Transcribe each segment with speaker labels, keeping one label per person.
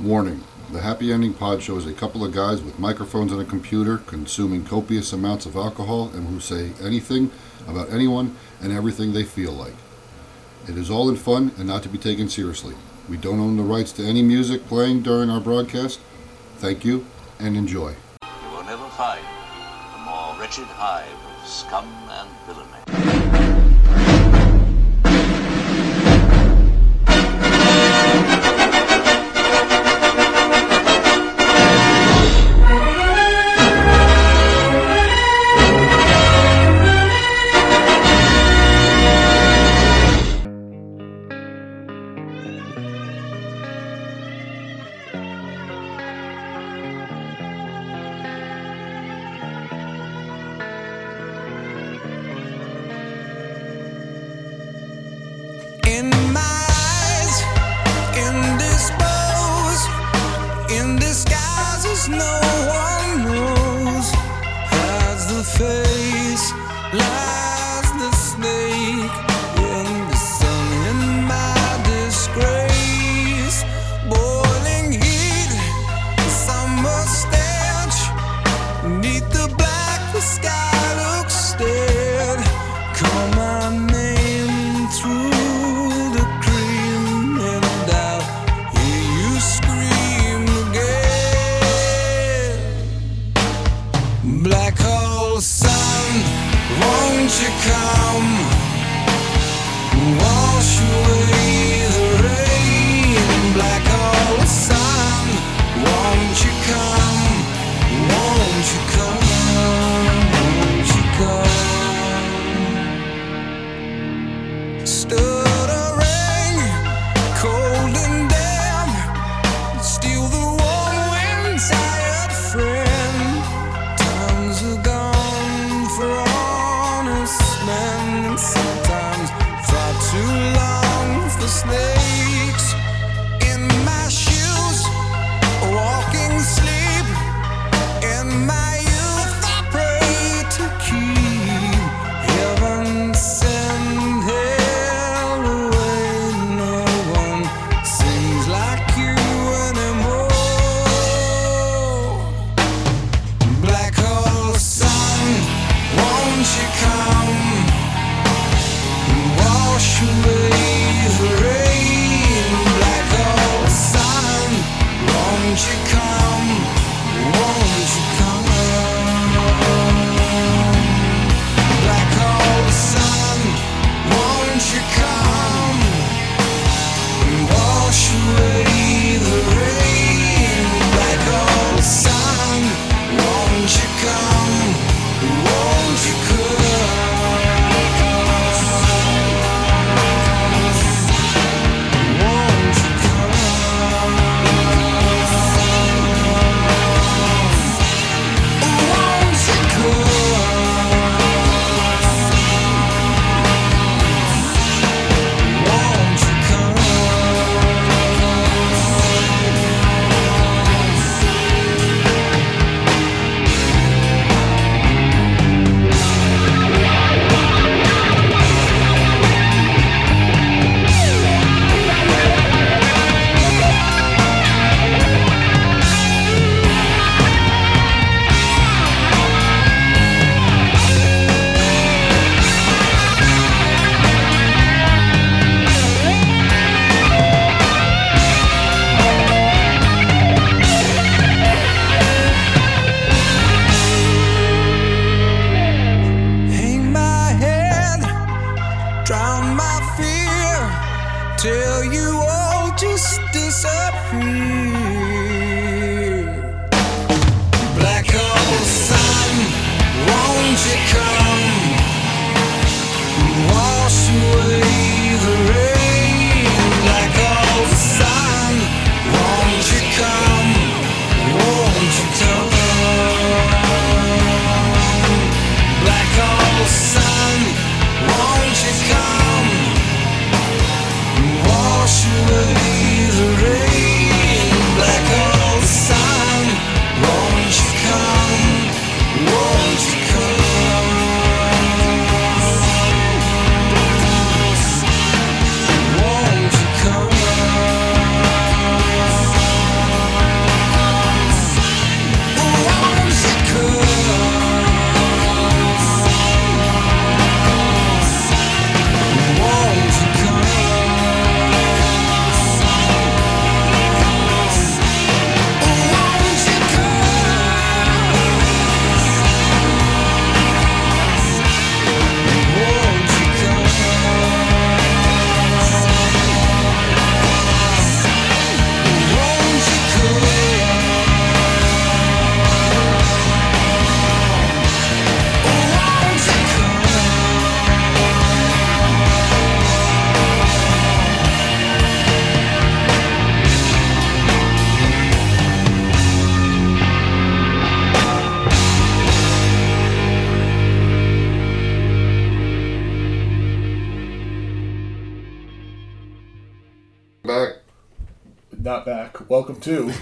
Speaker 1: Warning The Happy Ending Pod shows a couple of guys with microphones and a computer consuming copious amounts of alcohol and who say anything about anyone and everything they feel like. It is all in fun and not to be taken seriously. We don't own the rights to any music playing during our broadcast. Thank you and enjoy.
Speaker 2: You will never find a more wretched hive of scum and villainy.
Speaker 3: not back. Welcome to,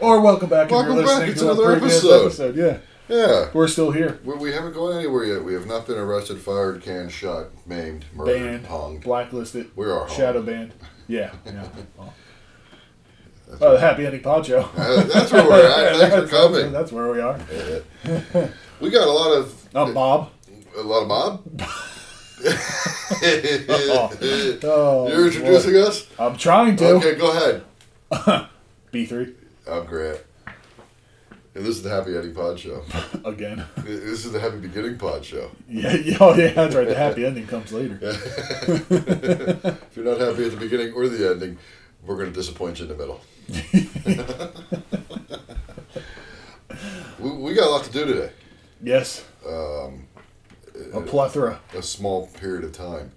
Speaker 3: or welcome back.
Speaker 1: Welcome back.
Speaker 3: if you're listening
Speaker 1: It's
Speaker 3: to our
Speaker 1: another
Speaker 3: previous
Speaker 1: episode.
Speaker 3: Yeah,
Speaker 1: Yeah.
Speaker 3: we're still here.
Speaker 1: We, we haven't gone anywhere yet. We have not been arrested, fired, canned, shot, maimed, murdered,
Speaker 3: Banned,
Speaker 1: hung.
Speaker 3: blacklisted,
Speaker 1: We are hung.
Speaker 3: shadow banned. Yeah, yeah. Well, oh, the happy ending poncho.
Speaker 1: Uh, that's where we're at. Thanks for coming.
Speaker 3: That's where we are.
Speaker 1: We got a lot of
Speaker 3: I'm Bob.
Speaker 1: a lot of Bob.
Speaker 3: Oh,
Speaker 1: You're introducing us.
Speaker 3: boy. I'm trying to.
Speaker 1: Okay, go ahead.
Speaker 3: B3
Speaker 1: I'm Grant, and this is the Happy Ending Pod Show.
Speaker 3: again.
Speaker 1: This is the Happy Beginning Pod Show.
Speaker 3: Yeah, yeah, oh yeah, that's right. The happy ending comes later.
Speaker 1: If you're not happy at the beginning or the ending, we're going to disappoint you in the middle. we, we got a lot to do today.
Speaker 3: Yes.
Speaker 1: Um,
Speaker 3: a plethora.
Speaker 1: A small period of time.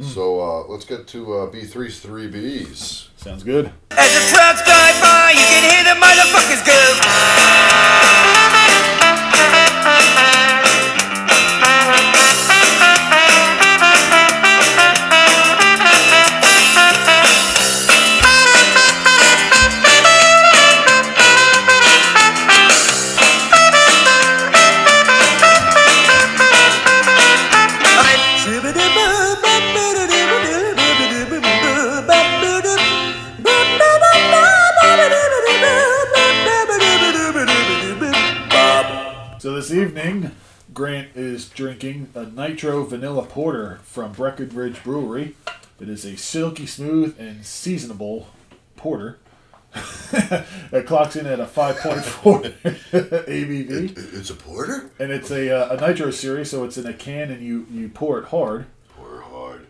Speaker 1: So uh, let's get to uh, B3's three Bs.
Speaker 3: Sounds good.
Speaker 4: As the trucks drive by, you can hear the motherfuckers go.
Speaker 3: So this evening, Grant is drinking a nitro vanilla porter from Breckenridge Brewery. It is a silky smooth and seasonable porter. it clocks in at a 5.4 ABV,
Speaker 1: It's a porter?
Speaker 3: and it's a, uh, a nitro series, so it's in a can and you, you pour it hard.
Speaker 1: Pour hard.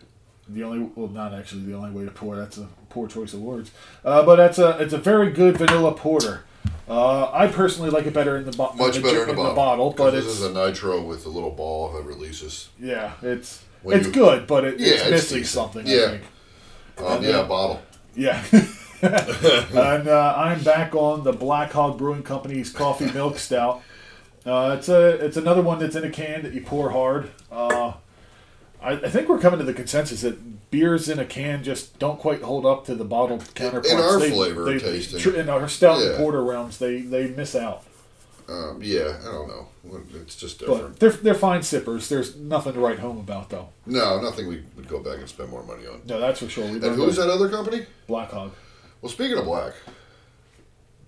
Speaker 3: The only well, not actually the only way to pour. That's a poor choice of words. Uh, but that's a it's a very good vanilla porter. Uh, I personally like it better in the bottle.
Speaker 1: Much better in a
Speaker 3: the
Speaker 1: bottle.
Speaker 3: bottle,
Speaker 1: 'Cause
Speaker 3: but it's
Speaker 1: this is a nitro with a little ball that releases.
Speaker 3: yeah, it's
Speaker 1: When
Speaker 3: it's
Speaker 1: you-
Speaker 3: good, but it,
Speaker 1: Yeah,
Speaker 3: it's
Speaker 1: it's
Speaker 3: missing
Speaker 1: decent.
Speaker 3: something.
Speaker 1: Yeah.
Speaker 3: I think.
Speaker 1: Um, yeah, a bottle.
Speaker 3: Yeah. and uh, I'm back on the Black Hog Brewing Company's coffee milk stout. Uh, it's a it's another one that's in a can that you pour hard. Uh, I, I think we're coming to the consensus that beers in a can just don't quite hold up to the bottled counterparts.
Speaker 1: our flavor tasting.
Speaker 3: tr- in our stout
Speaker 1: Yeah.
Speaker 3: and porter realms, they they miss out.
Speaker 1: Um, yeah, I don't know. It's just different.
Speaker 3: But they're they're fine sippers. There's nothing to write home about though.
Speaker 1: No, nothing we would go back and spend more money on.
Speaker 3: No, that's for sure. We
Speaker 1: And
Speaker 3: learned
Speaker 1: who's
Speaker 3: that.
Speaker 1: that other company?
Speaker 3: Black Hog.
Speaker 1: Well, speaking of black,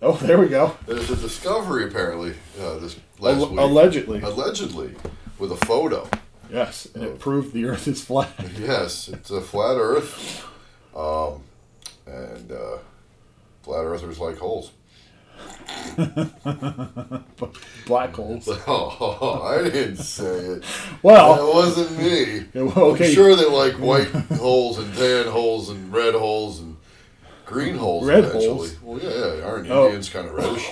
Speaker 3: Oh, there we go.
Speaker 1: there's a discovery apparently uh, this last
Speaker 3: Al-
Speaker 1: week.
Speaker 3: allegedly,
Speaker 1: Allegedly, with a photo.
Speaker 3: yes, and it proved the Earth is flat.
Speaker 1: Yes, it's a flat Earth, um, and uh, flat Earthers like holes.
Speaker 3: black holes.
Speaker 1: Oh, I didn't say it.
Speaker 3: Well,
Speaker 1: That wasn't me.
Speaker 3: Yeah, well, okay.
Speaker 1: I'm sure they like white holes and tan holes and red holes and green holes.
Speaker 3: Red
Speaker 1: eventually.
Speaker 3: holes?
Speaker 1: Well, yeah, aren't
Speaker 3: Oh.
Speaker 1: Indians kind of reddish?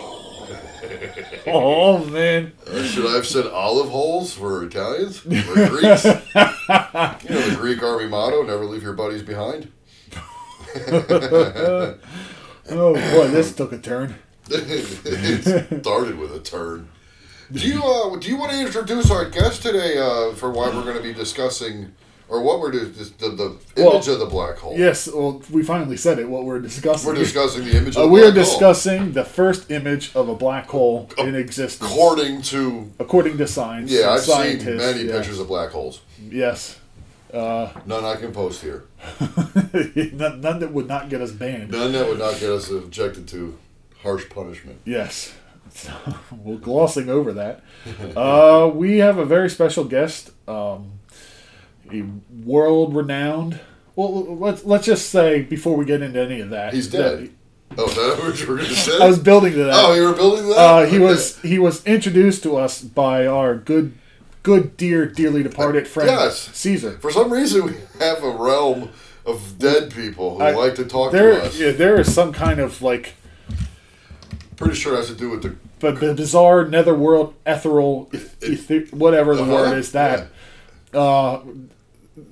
Speaker 3: oh man,
Speaker 1: Should I have said olive holes for Italians or Greeks? you know the Greek army motto: "Never leave your buddies behind."
Speaker 3: oh boy, this took a turn.
Speaker 1: it started with a turn. Do you uh, do you want to introduce our guest today uh, for why we're going to be discussing or what we're dis- dis- the, the
Speaker 3: Well,
Speaker 1: image of the black hole?
Speaker 3: Yes, well, we finally said it. What we're discussing.
Speaker 1: we're discussing the image. of
Speaker 3: Uh,
Speaker 1: the
Speaker 3: we are
Speaker 1: black hole,
Speaker 3: discussing the first image of a black hole in existence,
Speaker 1: according to
Speaker 3: according to science. and
Speaker 1: yeah, I've
Speaker 3: scientists,
Speaker 1: seen many
Speaker 3: yeah.
Speaker 1: pictures of black holes.
Speaker 3: Yes,
Speaker 1: None I can post here.
Speaker 3: none, none that would not get us banned.
Speaker 1: None that would not get us subjected to harsh punishment.
Speaker 3: Yes. So, we're glossing over that. Uh, we have a very special guest, um, a world renowned. Well, let's let's just say before we get into any of that,
Speaker 1: He's
Speaker 3: that-
Speaker 1: dead. Oh, is that what you were going to say?
Speaker 3: I was building to that.
Speaker 1: oh, you were building that.
Speaker 3: uh, he
Speaker 1: Okay.
Speaker 3: was he was introduced to us by our good good dear dearly departed friend
Speaker 1: yes.
Speaker 3: Caesar.
Speaker 1: For some reason, we have a realm of dead people who
Speaker 3: I-
Speaker 1: like to talk
Speaker 3: There
Speaker 1: to us.
Speaker 3: yeah, there is some kind of like
Speaker 1: Pretty sure it has to do with the.
Speaker 3: b- b- bizarre netherworld ethereal eth- eth- whatever the
Speaker 1: Uh-huh,
Speaker 3: word is that. uh,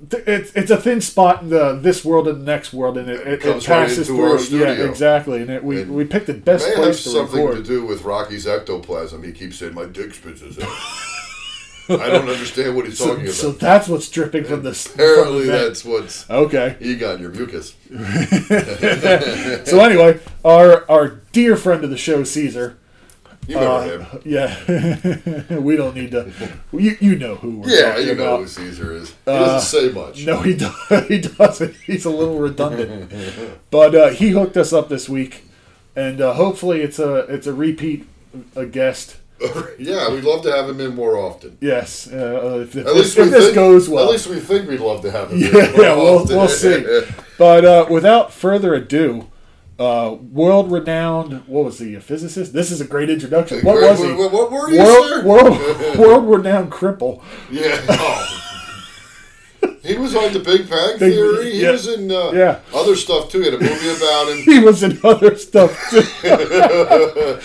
Speaker 3: th- it's it's a thin spot in the this world and the next world, and it, it, it
Speaker 1: comes right
Speaker 3: passes
Speaker 1: into
Speaker 3: through.
Speaker 1: our
Speaker 3: yeah,
Speaker 1: studio.
Speaker 3: exactly. And it, we
Speaker 1: And
Speaker 3: we picked the best
Speaker 1: May have
Speaker 3: place to
Speaker 1: something
Speaker 3: record.
Speaker 1: to do with Rocky's ectoplasm. He keeps saying my dick spits his out. I don't understand what he's
Speaker 3: So,
Speaker 1: talking
Speaker 3: so
Speaker 1: about.
Speaker 3: that's what's dripping from this.
Speaker 1: Apparently,
Speaker 3: from the vent.
Speaker 1: that's what's
Speaker 3: okay.
Speaker 1: you got in your mucus.
Speaker 3: So anyway, our our dear friend of the show, Caesar. Uh,
Speaker 1: You remember him?
Speaker 3: Yeah, we don't need to. You you know who we're
Speaker 1: Yeah,
Speaker 3: talking
Speaker 1: you know
Speaker 3: about.
Speaker 1: who Caesar is. He doesn't say much.
Speaker 3: No, he does. He doesn't. He's a little redundant. but uh, he hooked us up this week, and uh, hopefully it's a it's a repeat a guest.
Speaker 1: yeah, we'd love to have him in more often.
Speaker 3: Yes, uh, uh, if, if
Speaker 1: At
Speaker 3: this,
Speaker 1: least we
Speaker 3: if this
Speaker 1: think,
Speaker 3: goes well.
Speaker 1: At least we think we'd love to have him.
Speaker 3: yeah,
Speaker 1: in more
Speaker 3: we'll,
Speaker 1: often.
Speaker 3: we'll see. But uh, without further ado, uh, world renowned. What was he? A physicist? This is a great introduction. What
Speaker 1: Where-
Speaker 3: was he?
Speaker 1: where- What, were you, sir?
Speaker 3: World, world, world renowned cripple.
Speaker 1: Yeah. he was on the Big Bang
Speaker 3: Big-
Speaker 1: Theory. He
Speaker 3: yeah.
Speaker 1: was in uh,
Speaker 3: Yeah.
Speaker 1: other stuff too. He had a movie about him.
Speaker 3: He was in other stuff too. Uh.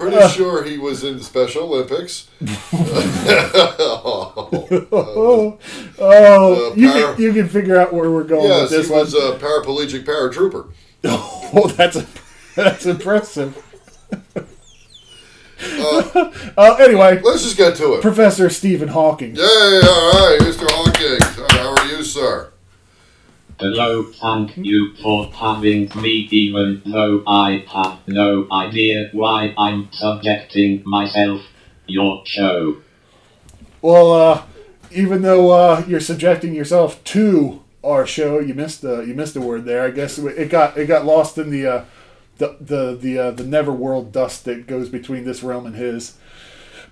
Speaker 1: Pretty sure he was in the Special Olympics.
Speaker 3: Oh, oh
Speaker 1: Uh,
Speaker 3: you,
Speaker 1: power-
Speaker 3: can, you can figure out where we're going
Speaker 1: yes,
Speaker 3: with this
Speaker 1: he was uh,
Speaker 3: one.
Speaker 1: a paraplegic paratrooper.
Speaker 3: oh, that's that's impressive. uh, anyway,
Speaker 1: Let's just get to it.
Speaker 3: Professor Stephen Hawking.
Speaker 1: Yay! All right, Mr. Hawkins. Uh, How are you, sir?
Speaker 5: Hello, thank you for having me even though I have no idea why I'm subjecting myself. Your show.
Speaker 3: Well, uh, even though uh, you're subjecting yourself to our show, you missed the you missed a word there. I guess it got it got lost in the uh, the the the, uh, the never world dust that goes between this realm and his.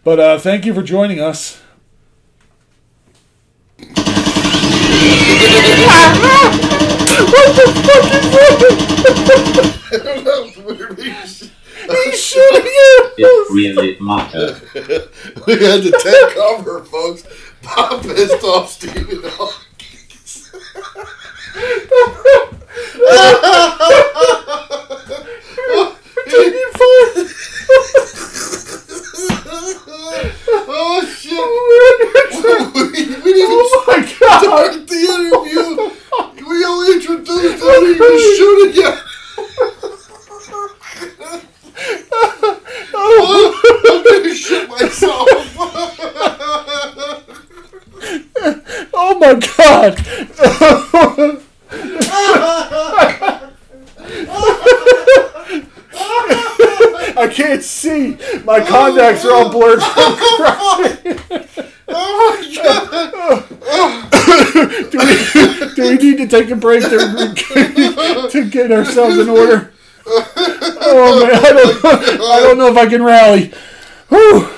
Speaker 3: But uh, thank you for joining us.
Speaker 1: That was weird.
Speaker 3: He should have
Speaker 5: It really matters.
Speaker 1: we had to take cover, folks. Bob pissed off Stephen Hawkins. oh shit! we, we didn't even
Speaker 3: Oh my god!
Speaker 1: start the interview. We only introduced him. He was shooting at. Oh, I'm gonna shit myself.
Speaker 3: Oh my god! I can't see. My contacts are all blurred.
Speaker 1: Oh my god! Oh,
Speaker 3: do, we, do we need to take a break to, to get ourselves in order? Oh man, I don't, I don't know if I can rally. Whew.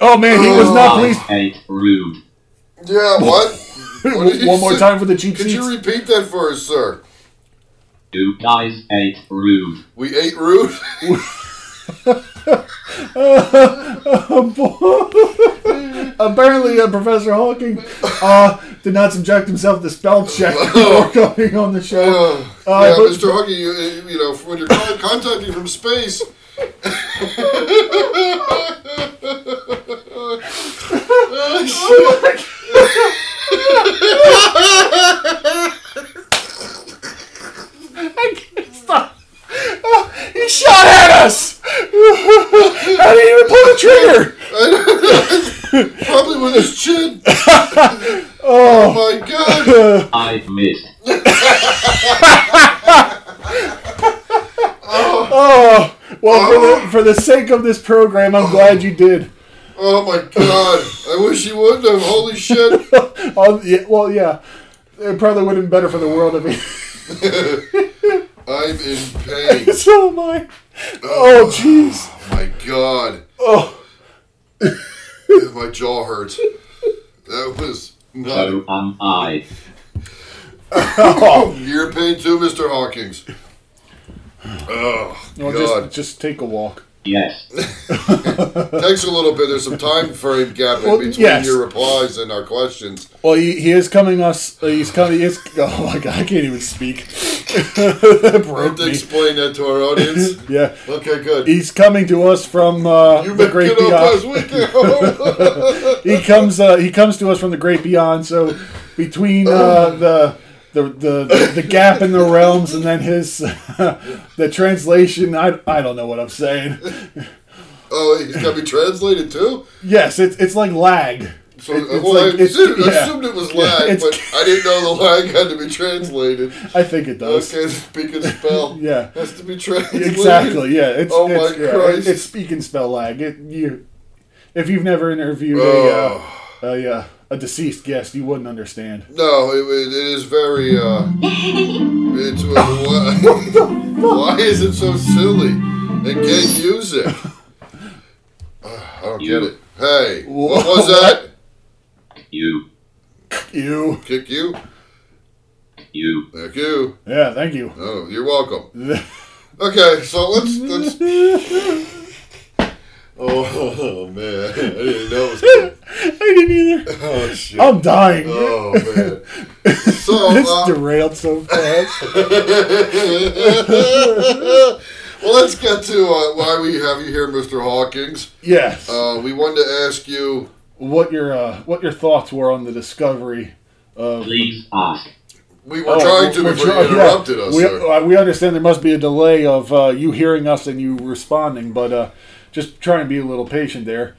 Speaker 3: Oh man, he was not
Speaker 5: I
Speaker 3: pleased.
Speaker 5: hate rude.
Speaker 1: Yeah, what? What did you
Speaker 3: One more
Speaker 1: say?
Speaker 3: time for the cheap
Speaker 1: Could you
Speaker 3: seats.
Speaker 1: repeat that for us, sir?
Speaker 5: You guys hate rude.
Speaker 1: We ate rude.
Speaker 3: Apparently, uh, Professor Hawking uh, did not subject himself to spell check before coming on the show.
Speaker 1: Uh,
Speaker 3: Uh,
Speaker 1: yeah,
Speaker 3: but-
Speaker 1: Mr. Huggy, you, you know, when you're con- contacting from space.
Speaker 3: Oh, He shot at us! How did he even pull the trigger?
Speaker 1: Probably with his chin. oh. my god.
Speaker 5: I missed.
Speaker 3: Oh, well, for the, for the sake of this program, I'm glad you did.
Speaker 1: Oh my god. I wish he wouldn't have. Holy shit.
Speaker 3: Oh, yeah, well, yeah. It probably would have been better for the world if he.
Speaker 1: I'm in pain.
Speaker 3: so am I. Oh, jeez.
Speaker 1: Oh my god.
Speaker 3: Oh,
Speaker 1: My jaw hurts. That was not.
Speaker 5: So am I.
Speaker 1: You're in pain too, Mr. Hawkins. Oh,
Speaker 3: well,
Speaker 1: God.
Speaker 3: just, just take a walk.
Speaker 5: Yes.
Speaker 1: Takes a little bit. There's some time frame gap in
Speaker 3: Well,
Speaker 1: between
Speaker 3: yes.
Speaker 1: your replies and our questions.
Speaker 3: Well, he, he is coming us. uh, He's coming. He is, oh my god, I can't even speak. That
Speaker 1: I have
Speaker 3: broke
Speaker 1: to
Speaker 3: me.
Speaker 1: explain that to our audience.
Speaker 3: Yeah,
Speaker 1: Okay, good.
Speaker 3: he's coming to us from uh,
Speaker 1: You've
Speaker 3: the
Speaker 1: been
Speaker 3: great
Speaker 1: good up last
Speaker 3: beyond.
Speaker 1: weekend.
Speaker 3: He comes. Uh, he comes to us from the great beyond. So between
Speaker 1: Oh.
Speaker 3: uh, the. The, the, the, the gap in the realms and then his the translation I, I don't know what I'm saying
Speaker 1: oh, he's got to be translated too.
Speaker 3: yes it's, it's like lag
Speaker 1: So uh,
Speaker 3: It- it's
Speaker 1: well, I
Speaker 3: like- it's-
Speaker 1: assumed,
Speaker 3: yeah.
Speaker 1: assumed it was
Speaker 3: Yeah,
Speaker 1: lag,
Speaker 3: it's-
Speaker 1: but I didn't know the lag had to be translated.
Speaker 3: I think it does.
Speaker 1: Okay, speak and spell.
Speaker 3: Yeah.
Speaker 1: has to be translated.
Speaker 3: Exactly. Yeah. It's,
Speaker 1: Oh my
Speaker 3: it's, yeah,
Speaker 1: Christ.
Speaker 3: It's speak and spell lag. It, you, if you've never interviewed
Speaker 1: Oh.
Speaker 3: a, uh, a, uh, a deceased guest, you wouldn't understand.
Speaker 1: No, it, it it is very. Uh, it's, uh, why, why is it so silly? And gay music. Uh, I don't get it. Hey, what was that?
Speaker 5: You.
Speaker 3: You.
Speaker 1: Kick you?
Speaker 5: You.
Speaker 1: Thank you.
Speaker 3: Yeah. Thank you.
Speaker 1: Oh, you're welcome. Okay, so let's let's. Oh, man, I didn't know it was coming.
Speaker 3: I didn't either.
Speaker 1: Oh shit.
Speaker 3: I'm dying.
Speaker 1: Oh man. So
Speaker 3: It's
Speaker 1: uh,
Speaker 3: derailed so fast.
Speaker 1: well, let's get to uh, why we have you here, Mr. Hawkins.
Speaker 3: yes.
Speaker 1: Uh, we wanted to ask you.
Speaker 3: what your uh, what your thoughts were on the discovery of
Speaker 5: Please ask.
Speaker 1: We were
Speaker 3: Oh,
Speaker 1: trying to
Speaker 3: we're
Speaker 1: before
Speaker 3: try-
Speaker 1: you interrupted us.
Speaker 3: We,
Speaker 1: sir.
Speaker 3: uh, we understand there must be a delay of uh, you hearing us and you responding, but uh, just try and be a little patient there.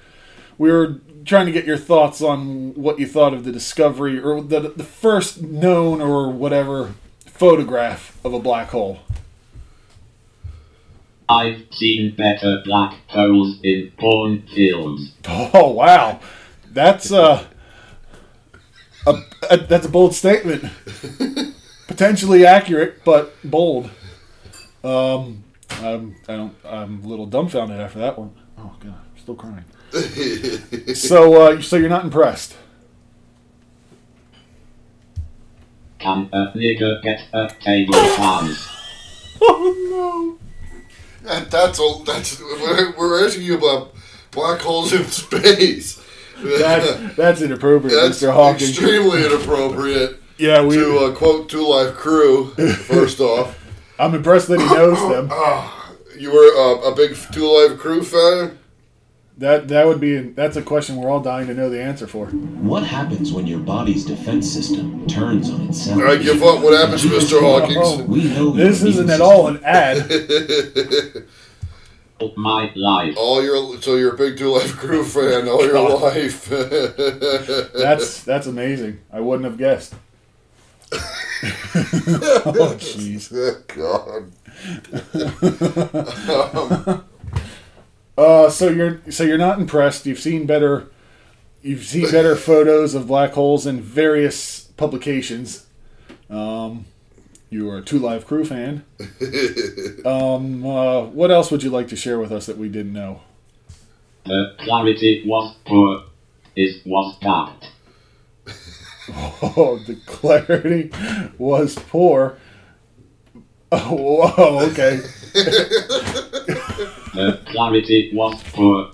Speaker 3: We were trying to get your thoughts on what you thought of the discovery or the, the first known or whatever photograph of a black hole.
Speaker 5: I've seen better black holes in porn films.
Speaker 3: Oh wow, that's uh, a, a that's a bold statement. Potentially accurate, but bold. Um, I'm I don't I'm a little dumbfounded after that one. Oh god, I'm still crying. so uh, so you're not impressed?
Speaker 5: Can a nigger get a table dance?
Speaker 3: Oh
Speaker 1: That- that's all. That's we're, we're asking you about black holes in space.
Speaker 3: no, that's that's inappropriate,
Speaker 1: That's
Speaker 3: Mr. Hawkins.
Speaker 1: extremely inappropriate.
Speaker 3: Yeah, we.
Speaker 1: To uh, quote Two Life Crew, first off,
Speaker 3: I'm impressed that he knows them.
Speaker 1: you were uh, a big Two Life Crew fan.
Speaker 3: That that would be that's a question we're all dying to know the answer for.
Speaker 6: What happens when your body's defense system turns on itself?
Speaker 1: I give up. What happens, Mr. Hawkins?
Speaker 6: We know
Speaker 3: This
Speaker 6: your
Speaker 3: isn't at
Speaker 6: immune
Speaker 3: all an ad.
Speaker 5: All my life.
Speaker 1: All your so you're a big Two Life Crew fan all your life.
Speaker 3: That's that's amazing. I wouldn't have guessed. oh jeez.
Speaker 1: God.
Speaker 3: Uh, so you're so you're not impressed. You've seen better. You've seen better photos of black holes in various publications. Um, you are a Two Live Crew fan. Um, uh, what else would you like to share with us that we didn't know?
Speaker 5: The clarity was poor. It was dark.
Speaker 3: Oh, the clarity was poor. Oh, whoa, okay.
Speaker 5: The clarity was poor.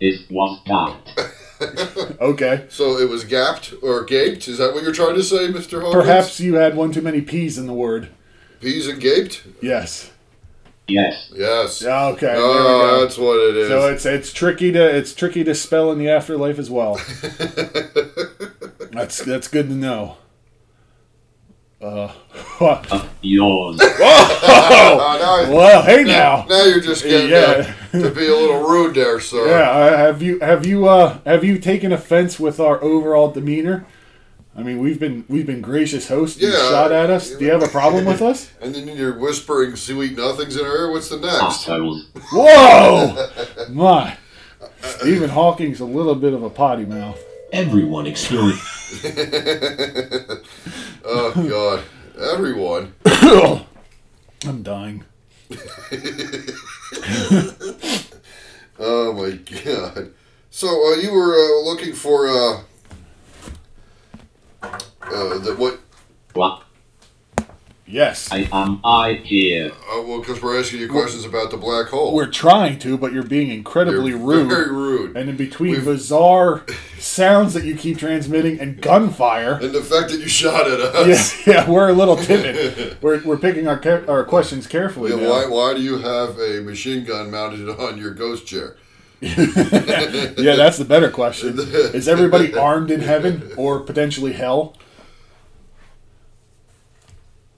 Speaker 5: It was dark.
Speaker 3: Okay.
Speaker 1: so it was gapped or gaped? Is that what you're trying to say, Mr. Hawkins?
Speaker 3: Perhaps you had one too many P's in the word.
Speaker 1: peas and gaped.
Speaker 3: Yes.
Speaker 5: Yes.
Speaker 1: Yes.
Speaker 3: Yeah, Okay. there we
Speaker 1: Oh,
Speaker 3: go.
Speaker 1: that's what it is.
Speaker 3: So it's it's tricky to it's tricky to spell in the afterlife as well. that's that's good to know. Uh,
Speaker 5: Of yours.
Speaker 1: Uh, now,
Speaker 3: well, hey Oh. now,
Speaker 1: now you're just getting
Speaker 3: Yeah.
Speaker 1: uh, to be a little rude there, sir.
Speaker 3: yeah. I- Have you have you uh have you taken offense with our overall demeanor? I mean, we've been we've been gracious hosts. You
Speaker 1: Yeah.
Speaker 3: shot at us. Do you have a problem with us?
Speaker 1: And then you're whispering sweet nothings in her ear. What's the next?
Speaker 5: Assholes.
Speaker 3: Whoa, my Stephen Hawking's a little bit of a potty mouth.
Speaker 6: Everyone experiences
Speaker 1: Oh God, everyone.
Speaker 3: I'm dying.
Speaker 1: Oh my God. So uh, you were uh, looking for uh, uh, the, what?
Speaker 5: What?
Speaker 3: Yes.
Speaker 5: I am I here.
Speaker 1: Uh, well, because we're asking you questions about the black hole.
Speaker 3: We're trying to, but you're being incredibly
Speaker 1: You're
Speaker 3: rude.
Speaker 1: Very rude.
Speaker 3: And in between bizarre sounds that you keep transmitting and gunfire,
Speaker 1: And the fact that you shot at
Speaker 3: yeah,
Speaker 1: us.
Speaker 3: yeah, we're a little timid. We're, we're picking our care- our questions carefully.
Speaker 1: Yeah,
Speaker 3: now.
Speaker 1: why, why do you have a machine gun mounted on your ghost chair?
Speaker 3: yeah, that's the better question. Is everybody armed in heaven or potentially hell?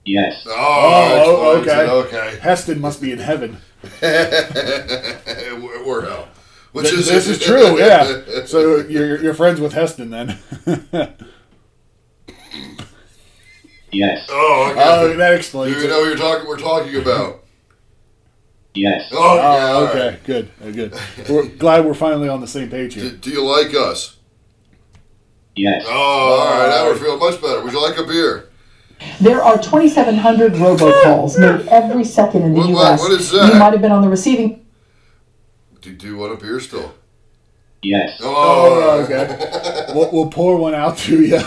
Speaker 5: Yes.
Speaker 1: Oh,
Speaker 3: Oh,
Speaker 1: explodes it,
Speaker 3: okay. Heston must be in heaven.
Speaker 1: Okay. We're, we're hell. Which Oh,
Speaker 3: This, this is true, yeah. So you're, you're friends with Heston then.
Speaker 5: Yes.
Speaker 1: Oh, okay.
Speaker 3: Oh, that
Speaker 1: Do
Speaker 3: explains
Speaker 1: you
Speaker 3: it.
Speaker 1: know what you're talking? We're talking about.
Speaker 5: Yes.
Speaker 1: Oh, yeah, all
Speaker 3: Oh,
Speaker 1: right.
Speaker 3: okay, good, uh, good. We're glad we're finally on the same page
Speaker 1: Do,
Speaker 3: here.
Speaker 1: do you like us?
Speaker 5: Yes.
Speaker 1: Oh, all right. Now we're feeling much better. Would you like a beer?
Speaker 7: There are 2,700 robocalls made every second in the
Speaker 1: What- what-
Speaker 7: U.S.
Speaker 1: what is that?
Speaker 7: You might have been on the receiving.
Speaker 1: Do, do you want a beer still?
Speaker 5: Yes.
Speaker 1: all
Speaker 3: Oh,
Speaker 1: right.
Speaker 3: okay. we'll, we'll pour one out to you.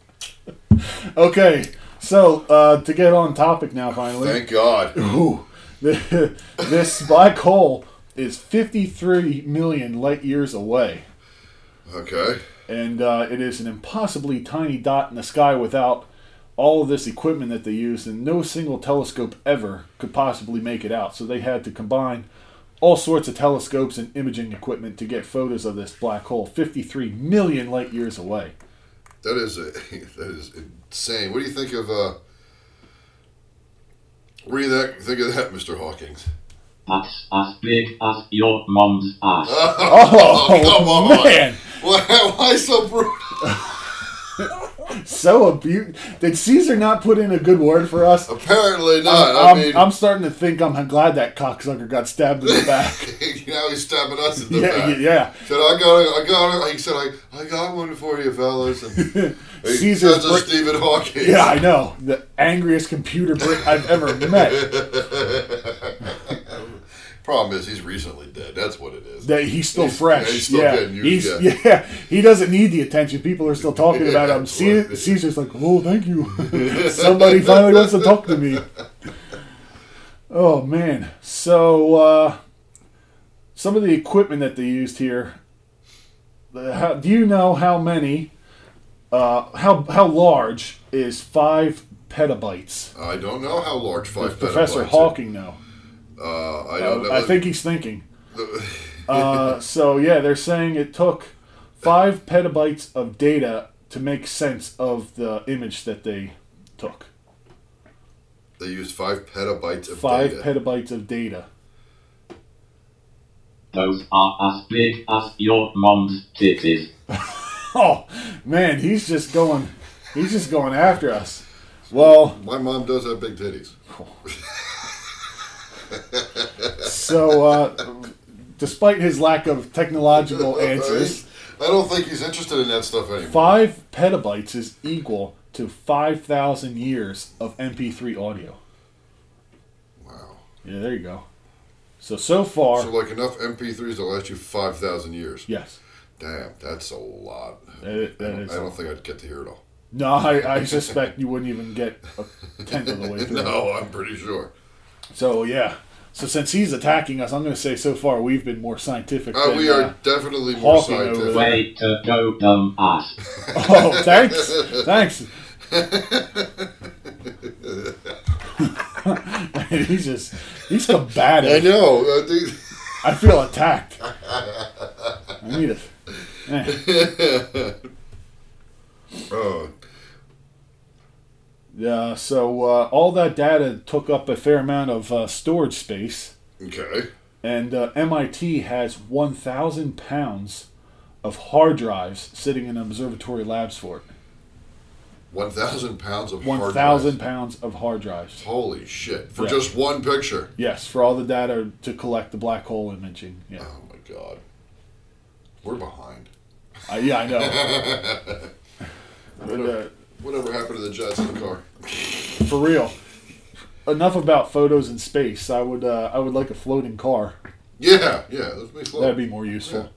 Speaker 3: okay, so uh, to get on topic now, finally.
Speaker 1: Thank God.
Speaker 3: Ooh, this black hole is 53 million light years away,
Speaker 1: Okay.
Speaker 3: and uh, it is an impossibly tiny dot in the sky without all of this equipment that they used, and no single telescope ever could possibly make it out. So they had to combine all sorts of telescopes and imaging equipment to get photos of this black hole 53 million light years away.
Speaker 1: That is a, that is insane. What do you think of uh? What do you that, think of that, Mr. Hawkins?
Speaker 5: That's as big as your mom's ass.
Speaker 1: Oh, come on.
Speaker 3: man.
Speaker 1: Why, why so brutal?
Speaker 3: So abu Did Caesar not put in a good word for us?
Speaker 1: Apparently not.
Speaker 3: I'm,
Speaker 1: Uh, i
Speaker 3: I'm-
Speaker 1: mean,
Speaker 3: I'm starting to think I'm glad that cocksucker got stabbed in the back.
Speaker 1: now he's stabbing us in the
Speaker 3: yeah,
Speaker 1: back.
Speaker 3: yeah.
Speaker 1: Said I got, I got. He said I, I got one for you, fellas. And he
Speaker 3: Caesar's
Speaker 1: says to
Speaker 3: br-
Speaker 1: Stephen Hawking.
Speaker 3: Yeah, I know. The angriest computer brick I've ever met.
Speaker 1: Problem is, he's recently dead. That's what it is.
Speaker 3: That he's still
Speaker 1: He's-
Speaker 3: fresh.
Speaker 1: yeah, he's still
Speaker 3: yeah.
Speaker 1: getting
Speaker 3: he's,
Speaker 1: used,
Speaker 3: yeah. he doesn't need the attention. People are still talking about him.
Speaker 1: Yeah.
Speaker 3: Ce- Caesar's like, oh, thank you. Somebody finally wants to talk to me. Oh man. So uh, some of the equipment that they used here. uh, How, do you know how many? Uh, how how large is five petabytes?
Speaker 1: I don't know how large
Speaker 3: Does
Speaker 1: five
Speaker 3: Professor
Speaker 1: petabytes are.
Speaker 3: Hawking know?
Speaker 1: Uh, I don't know.
Speaker 3: I think he's thinking. Uh, so yeah, they're saying it took five petabytes of data to make sense of the image that they took.
Speaker 1: they used five petabytes of
Speaker 3: Five
Speaker 1: data.
Speaker 3: petabytes of data.
Speaker 5: Those are as big as your mom's titties.
Speaker 3: Oh man, he's just going. He's just going after us. Well,
Speaker 1: My mom does have big titties.
Speaker 3: so uh, despite his lack of technological answers,
Speaker 1: I don't think he's interested in that stuff anymore.
Speaker 3: five petabytes is equal to five thousand years of MP3 audio.
Speaker 1: Wow.
Speaker 3: Yeah, there you go. So so far,
Speaker 1: So like enough MP3s to last you five thousand years.
Speaker 3: yes.
Speaker 1: Damn, that's a lot.
Speaker 3: That- that
Speaker 1: I, don't,
Speaker 3: is
Speaker 1: I
Speaker 3: a-
Speaker 1: don't think I'd get to hear it all.
Speaker 3: No, I, I suspect you wouldn't even get a tenth of the way through.
Speaker 1: No, I'm pretty sure.
Speaker 3: So yeah. So since he's attacking us, I'm going to say so far we've been more scientific.
Speaker 1: Uh,
Speaker 3: than,
Speaker 1: we are
Speaker 3: uh,
Speaker 1: definitely more
Speaker 3: Hawking
Speaker 1: scientific.
Speaker 3: over there.
Speaker 5: Way to go, dumb ass.
Speaker 3: oh, thanks, thanks. he's just he's
Speaker 1: I
Speaker 3: combative.
Speaker 1: know. uh, I think-
Speaker 3: I feel attacked. I need it. Eh,
Speaker 1: oh,
Speaker 3: Yeah. So uh, all that data took up a fair amount of uh, storage space.
Speaker 1: okay.
Speaker 3: And uh, MIT has 1,000 pounds of hard drives sitting in observatory labs for it.
Speaker 1: One thousand pounds of hard
Speaker 3: 1,000
Speaker 1: drives.
Speaker 3: pounds of hard drives.
Speaker 1: Holy shit! For
Speaker 3: Yeah.
Speaker 1: just one picture.
Speaker 3: Yes, for all the data to collect the black hole imaging. Yeah,
Speaker 1: Oh my god. We're behind.
Speaker 3: I, yeah, I know. But,
Speaker 1: Whatever happened to the jets in the car?
Speaker 3: uh, for real. Enough about photos in space. I would, uh, I would like a floating car.
Speaker 1: Yeah, yeah. Let's be slow.
Speaker 3: That'd be more useful.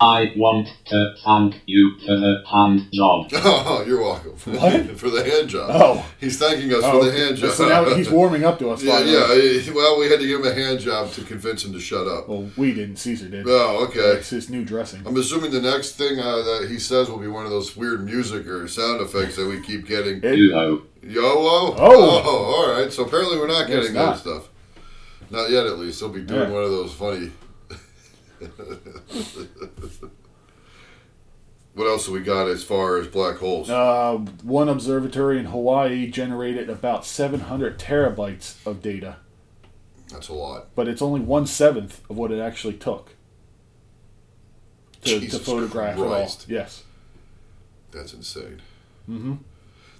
Speaker 5: I want to thank you for the hand job.
Speaker 1: Oh, you're welcome.
Speaker 3: What?
Speaker 1: for the hand job.
Speaker 3: Oh.
Speaker 1: He's thanking us for the hand job.
Speaker 3: so now he's warming up to us.
Speaker 1: yeah,
Speaker 3: finally. Oh.
Speaker 1: yeah. he- Well, we had to give him a hand job to convince him to shut up.
Speaker 3: Well, we didn't. Caesar did.
Speaker 1: Oh, okay.
Speaker 3: It's his new dressing.
Speaker 1: I'm assuming the next thing uh, that he says will be one of those weird music or sound effects that we keep getting. Yo,
Speaker 3: It-
Speaker 5: Duo.
Speaker 1: oh,
Speaker 3: Oh.
Speaker 1: all right. So apparently we're not getting
Speaker 3: not.
Speaker 1: that stuff. Not yet, at least. He'll be doing
Speaker 3: Yeah.
Speaker 1: one of those funny. what else do we got as far as black holes?
Speaker 3: Uh, one observatory in Hawaii generated about 700 terabytes of data.
Speaker 1: That's a lot.
Speaker 3: but it's only one seventh of what it actually took to, to
Speaker 1: Jesus
Speaker 3: photograph
Speaker 1: Christ.
Speaker 3: it all. Yes.
Speaker 1: That's insane. Mm-hmm.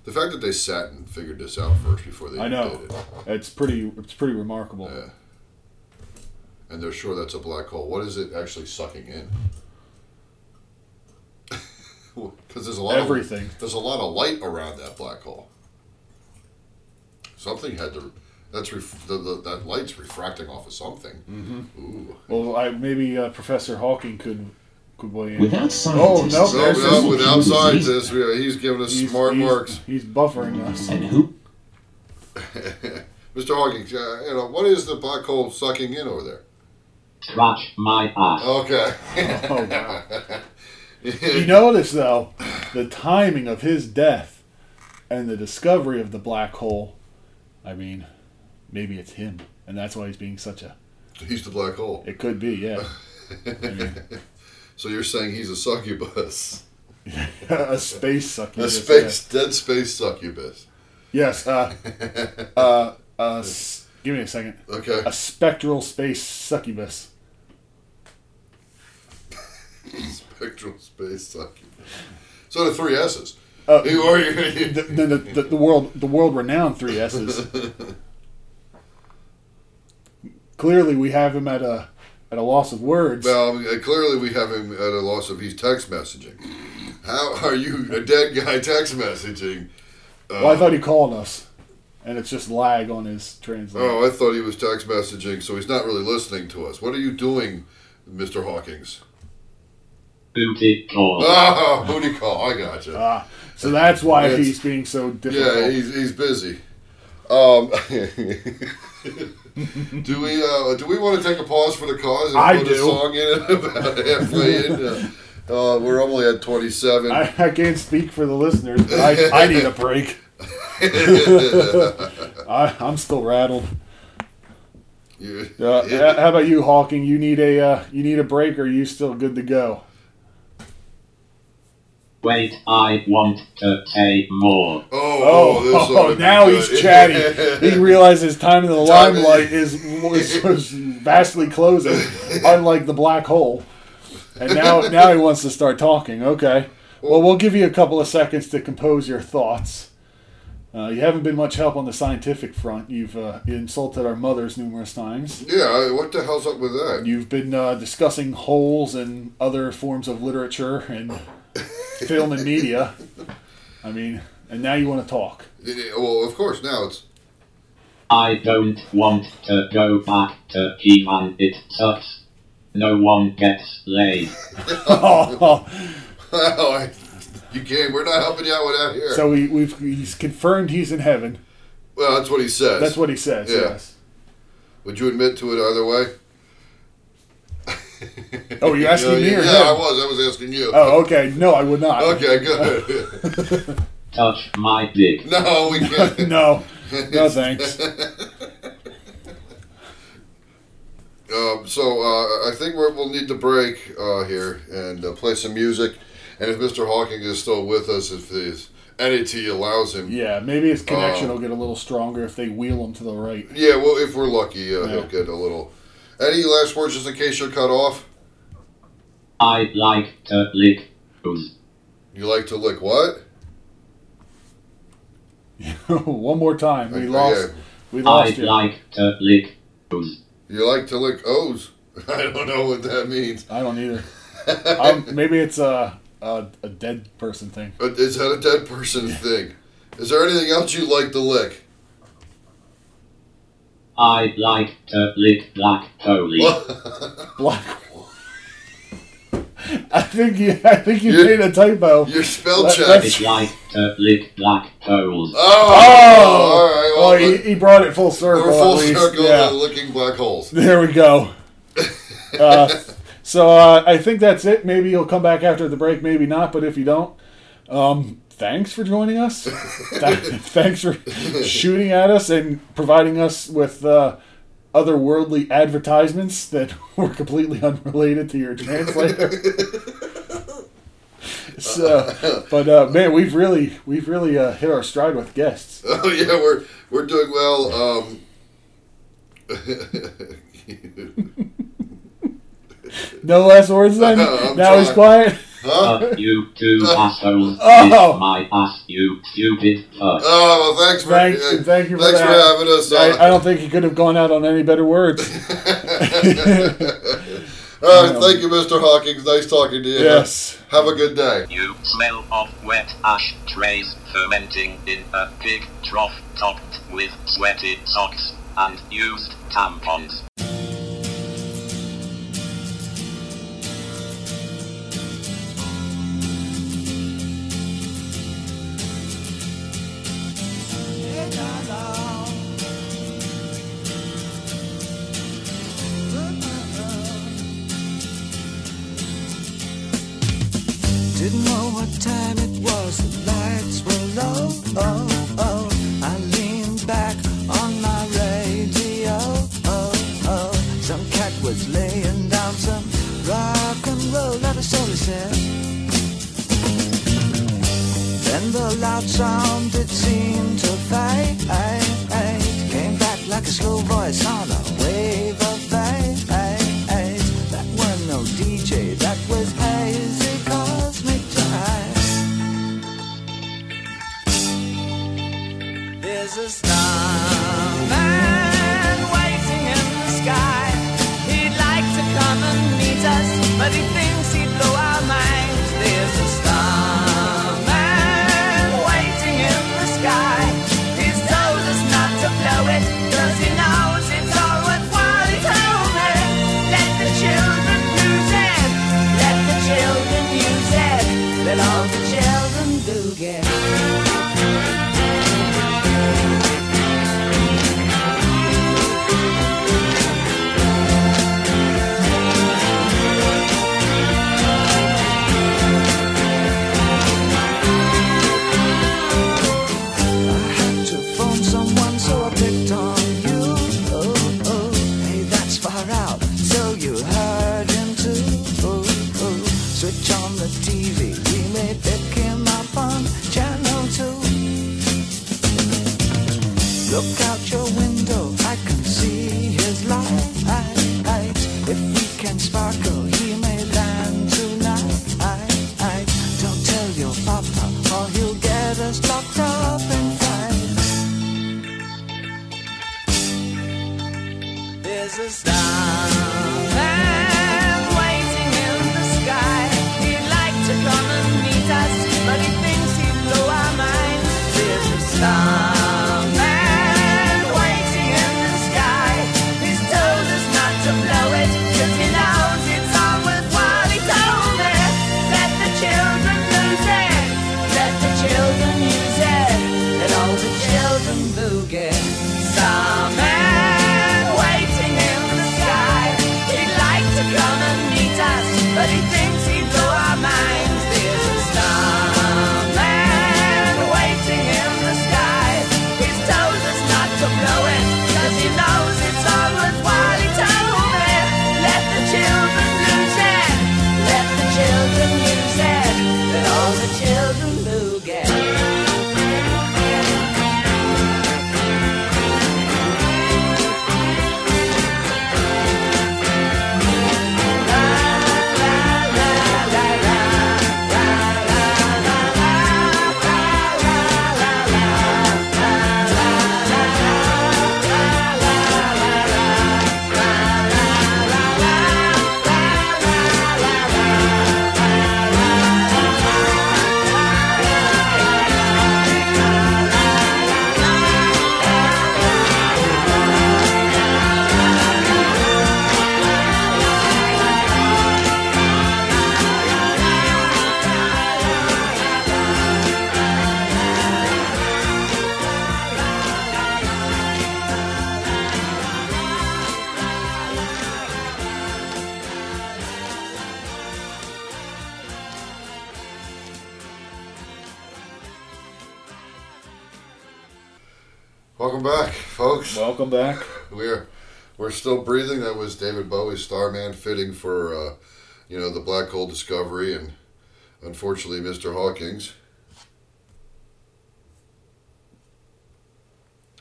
Speaker 1: The fact that they sat and figured this out first before they
Speaker 3: I know.
Speaker 1: did it,
Speaker 3: It's pretty. It's pretty remarkable.
Speaker 1: Yeah. and they're sure that's a black hole. What is it actually sucking in? Because there's a lot
Speaker 3: Everything.
Speaker 1: Of, there's a lot of light around that black hole. Something had to. That's ref, the, the, that light's refracting off of something. Mm-hmm. Ooh.
Speaker 3: Well, I, maybe uh, Professor Hawking could could weigh in.
Speaker 6: Without
Speaker 3: Oh,
Speaker 6: scientists,
Speaker 3: no,
Speaker 1: No,
Speaker 3: This
Speaker 1: no,
Speaker 3: is-
Speaker 1: without scientists, we- he's giving us
Speaker 3: He's-
Speaker 1: smart
Speaker 3: he's-
Speaker 1: marks.
Speaker 3: He's buffering us.
Speaker 6: and who
Speaker 1: Mr. Hawking, uh, you know, what is the black hole sucking in over there?
Speaker 5: Scratch my ass.
Speaker 1: Okay.
Speaker 3: Oh wow! you notice though, the timing of his death and the discovery of the black hole. I mean, maybe it's him, and that's why he's being such a.
Speaker 1: He's the black hole.
Speaker 3: It could be, yeah. I mean,
Speaker 1: So you're saying he's a succubus,
Speaker 3: a space sucking.
Speaker 1: a space, dead space succubus.
Speaker 3: Yes. Uh, uh, uh, s- give me a second.
Speaker 1: Okay.
Speaker 3: A spectral space succubus.
Speaker 1: Spectral space succubus. So the three S's.
Speaker 3: Uh,
Speaker 1: Who are you?
Speaker 3: The, the, the, the world the world renowned three S's. Clearly, we have him at a at a loss of words.
Speaker 1: well, uh, clearly we have him at a loss of he's text messaging. How are you a dead guy text messaging?
Speaker 3: well, I thought he called us, and it's just lag on his translation.
Speaker 1: Oh, I thought he was text messaging, so he's not really listening to us. What are you doing, Mr. Hawkins?
Speaker 5: Booty
Speaker 3: Oh.
Speaker 5: call.
Speaker 1: Ah, who do you call? I gotcha.
Speaker 3: Ah, so that's why
Speaker 1: Oh. It's-
Speaker 3: he's being so difficult.
Speaker 1: Yeah, he's, he's busy. Um, do we uh, do we want to take a pause for the cause and
Speaker 3: I
Speaker 1: put a
Speaker 3: do.
Speaker 1: song in about halfway in? Uh, uh, we're only at twenty seven.
Speaker 3: I, I can't speak for the listeners, but I, I need a break. I, I'm still rattled. Uh, h- How about you, Hawking? You need a uh, you need a break, or are you still good to go?
Speaker 5: Wait, I want to say more.
Speaker 1: oh, this ought to be
Speaker 3: now
Speaker 1: good.
Speaker 3: he's chatty. he realizes time in the
Speaker 1: Time is-
Speaker 3: limelight is, is, is vastly closing, unlike the black hole. And now now he wants to start talking. Okay. Well, we'll give you a couple of seconds to compose your thoughts. Uh, you haven't been much help on the scientific front. You've uh, insulted our mothers numerous times.
Speaker 1: yeah, I- what the hell's up with that?
Speaker 3: You've been uh, discussing holes and other forms of literature and film and media. I mean, and now you want to talk.
Speaker 1: Well, of course, now it's
Speaker 5: I don't want to go back to P-Man. It sucks. No one gets laid.
Speaker 3: Oh,
Speaker 1: well, I, you can't. We're not helping you out with that here.
Speaker 3: so we, we've he's confirmed he's in heaven.
Speaker 1: well, that's what he says.
Speaker 3: That's what he says.
Speaker 1: Yeah.
Speaker 3: Yes.
Speaker 1: Would you admit to it either way?
Speaker 3: Oh, you asking
Speaker 1: yeah,
Speaker 3: me
Speaker 1: yeah,
Speaker 3: or
Speaker 1: I
Speaker 3: him?
Speaker 1: was. I was asking you.
Speaker 3: Oh, okay. No, I would not.
Speaker 1: Okay, good.
Speaker 5: Touch my dick.
Speaker 1: no, we can't.
Speaker 3: No, no, thanks.
Speaker 1: Um, so uh, I think we're, we'll need to break uh, here and uh, play some music. And if Mr. Hawking is still with us, if his entity allows him,
Speaker 3: Yeah, maybe his connection will get a little stronger if they wheel him to the right.
Speaker 1: Yeah, well, if we're lucky, uh,
Speaker 3: Yeah.
Speaker 1: he'll get a little. Any last words, just in case you're cut off?
Speaker 5: I like to lick. boobs.
Speaker 1: You like to lick what?
Speaker 3: One more time. We
Speaker 1: Okay,
Speaker 3: lost.
Speaker 1: yeah.
Speaker 3: We
Speaker 5: I
Speaker 3: lost you.
Speaker 5: like to lick. boobs.
Speaker 1: You like to lick O's? I don't know what that means.
Speaker 3: I don't either. um, maybe it's a, a a dead person thing.
Speaker 1: Uh, Is that a dead person thing? Is there anything else you like to lick?
Speaker 5: I like to lick black police.
Speaker 3: Black. I think you. I think you made a typo.
Speaker 1: Your spell
Speaker 3: Let-
Speaker 1: check.
Speaker 3: let's-
Speaker 5: It's like to lick black poles.
Speaker 1: oh, all right. Well,
Speaker 3: oh, he, he brought it full circle.
Speaker 1: we're full
Speaker 3: at least.
Speaker 1: circle
Speaker 3: Yeah.
Speaker 1: to licking black holes.
Speaker 3: There we go. Uh, so uh, I think that's it. Maybe you'll come back after the break. Maybe not. But if you don't, um, thanks for joining us. Th- thanks for shooting at us and providing us with uh, otherworldly advertisements that were completely unrelated to your translator. so, but uh, man, we've really we've really uh, hit our stride with guests.
Speaker 1: Oh yeah, we're we're doing well. Um,
Speaker 3: No last words then?
Speaker 1: I'm
Speaker 3: now he's
Speaker 1: sorry.
Speaker 3: quiet?
Speaker 1: Huh?
Speaker 5: Fuck you two assholes.
Speaker 3: Oh.
Speaker 5: Kiss my ass, you stupid fuck.
Speaker 1: Oh, well, thanks for
Speaker 3: Thanks,
Speaker 1: uh,
Speaker 3: thank you for
Speaker 1: thanks
Speaker 3: that.
Speaker 1: having us. on.
Speaker 3: I, I don't think he could have gone out on any better words.
Speaker 1: All right, thank you, Mr. Hawkins. Nice talking to you.
Speaker 3: Yes.
Speaker 1: Have a good day.
Speaker 5: You smell of wet ash trays fermenting in a big trough topped with sweaty socks and used tampons.
Speaker 8: Didn't know what time it was, the lights were low, oh, oh. I leaned back on my radio, oh, oh. Some cat was laying down some rock and roll at a solar set. Then the loud sound it seemed to fade, came back like a slow voice on a wave of fade. That were no DJ, that was hazy cosmic time. There's a starman waiting in the sky. He'd like to come and meet us, but he thinks he'd blow our minds. There's a starman waiting in the sky. He's told us not to blow it, cause he knows it's all worthwhile. He's homing. Let the children use it. Let the children use it. Let all the children do get. to phone someone, so I picked on you. Oh, oh, hey, that's far out. So you heard him too. Oh, oh, switch on the TV. We may pick him up on channel two. Look out your window, I can see his light. If we can sparkle, he may land tonight. Don't tell your papa, or he'll get us locked up in fight. There's a starman waiting in the sky. He'd like to come and meet us, but he thinks he'd blow our minds. There's a starman waiting in the sky. He's told us not to blow it, 'cause he knows it's all worthwhile. He told us, let the children lose it, let the children use it, let all the children boogie. Starman waiting in the sky. He'd like to come and meet us, but he thinks he'd blow our minds. There's a starman waiting in the sky. He's told us not to blow it, cause he knows it's all worthwhile. He told me, let the children lose it. Let the children use it. Let all the children look at
Speaker 1: Welcome back, folks.
Speaker 3: Welcome back.
Speaker 1: We're we're still breathing. That was David Bowie's Starman fitting for uh, you know the black hole discovery and unfortunately Mr. Hawkins.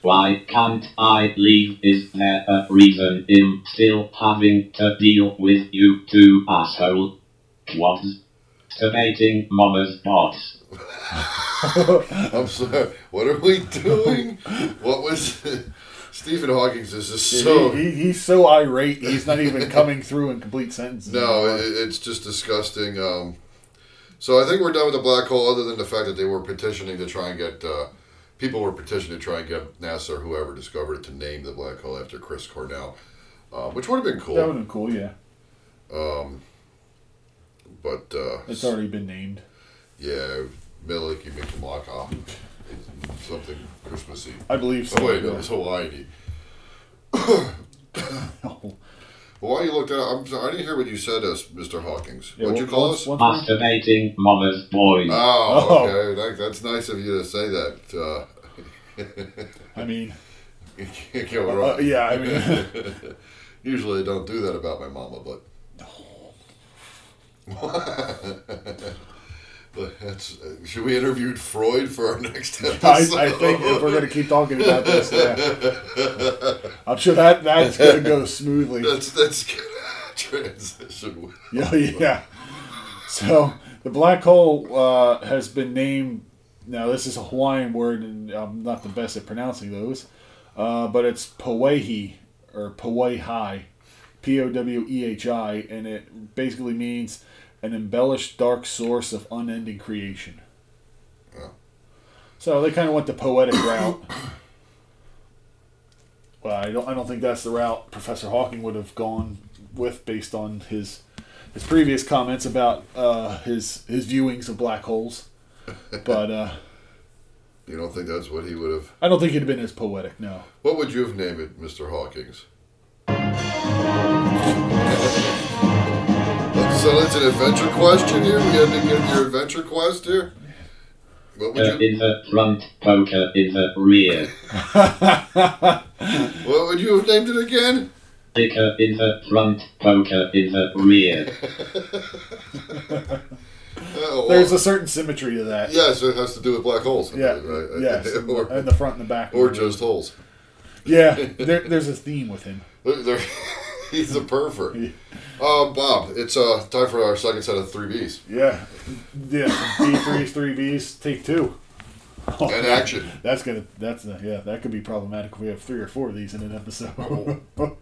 Speaker 5: Why can't I leave? Is there a reason I'm still having to deal with you two asshole? What? Debating mama's boss.
Speaker 1: I'm sorry. What are we doing? What was Stephen Hawking's? This is so
Speaker 3: he, he, he's so irate. He's not even coming through in complete sentences.
Speaker 1: No, it, it's just disgusting. Um, so I think we're done with the black hole, other than the fact that they were petitioning to try and get uh, people were petitioning to try and get NASA or whoever discovered it to name the black hole after Chris Cornell, uh, which would have been
Speaker 3: that would
Speaker 1: cool.
Speaker 3: have been cool. Yeah,
Speaker 1: But uh,
Speaker 3: it's already been named.
Speaker 1: yeah, Milik, you make the mock off something Christmassy.
Speaker 3: I believe so.
Speaker 1: Oh wait, no,
Speaker 3: yeah.
Speaker 1: it's Hawaii. Hawaii looked at. I'm sorry, I didn't hear what you said, uh, Mr. Hawkins.
Speaker 3: Yeah,
Speaker 1: What'd you
Speaker 3: one-
Speaker 1: call
Speaker 3: one-
Speaker 1: us?
Speaker 3: one-
Speaker 5: Masturbating mama's boy.
Speaker 1: Oh,
Speaker 3: Oh.
Speaker 1: okay. That, that's nice of you to say that. Uh,
Speaker 3: I mean,
Speaker 1: you can't go
Speaker 3: uh,
Speaker 1: wrong.
Speaker 3: yeah, I mean,
Speaker 1: Usually I don't do that about my mama, but. but that's, uh, should we interview Freud for our next episode?
Speaker 3: I, I think if we're gonna keep talking about this, yeah. I'm sure that that's gonna go smoothly.
Speaker 1: that's that's good. transition.
Speaker 3: Yeah, yeah. So the black hole uh, has been named. Now this is a Hawaiian word, and I'm not the best at pronouncing those, uh, but it's Powehi or Powehi, P O W E H I, and it basically means an embellished dark source of unending creation. So they kind of went the poetic route. Well, I don't. I don't think that's the route Professor Hawking would have gone with, based on his his previous comments about uh, his his viewings of black holes. But uh,
Speaker 1: You don't think that's what he would have?
Speaker 3: I don't think he'd been as poetic. No.
Speaker 1: What would you have named it, Mr. Hawkins? So that's uh, an adventure question here. We had to get your adventure quest here. What would
Speaker 5: Poker
Speaker 1: you
Speaker 5: in the front, poker in the rear.
Speaker 1: What would you have named it again?
Speaker 5: Dicker in the front, poker in the rear.
Speaker 1: Oh,
Speaker 3: There's a certain symmetry to that.
Speaker 1: yes, it has to do with black holes.
Speaker 3: Yeah.
Speaker 1: right?
Speaker 3: Yes.
Speaker 1: or,
Speaker 3: in the front and the back.
Speaker 1: or just holes.
Speaker 3: yeah. There, there's a theme with him.
Speaker 1: They're- they're- he's a pervert. Uh, Bob, it's uh, time for our second set of three Bs
Speaker 3: Yeah. Yeah. D threes, three Bs, take two. Oh,
Speaker 1: and action.
Speaker 3: That's gonna. That's a, yeah. That could be problematic if we have three or four of these in an episode. oh,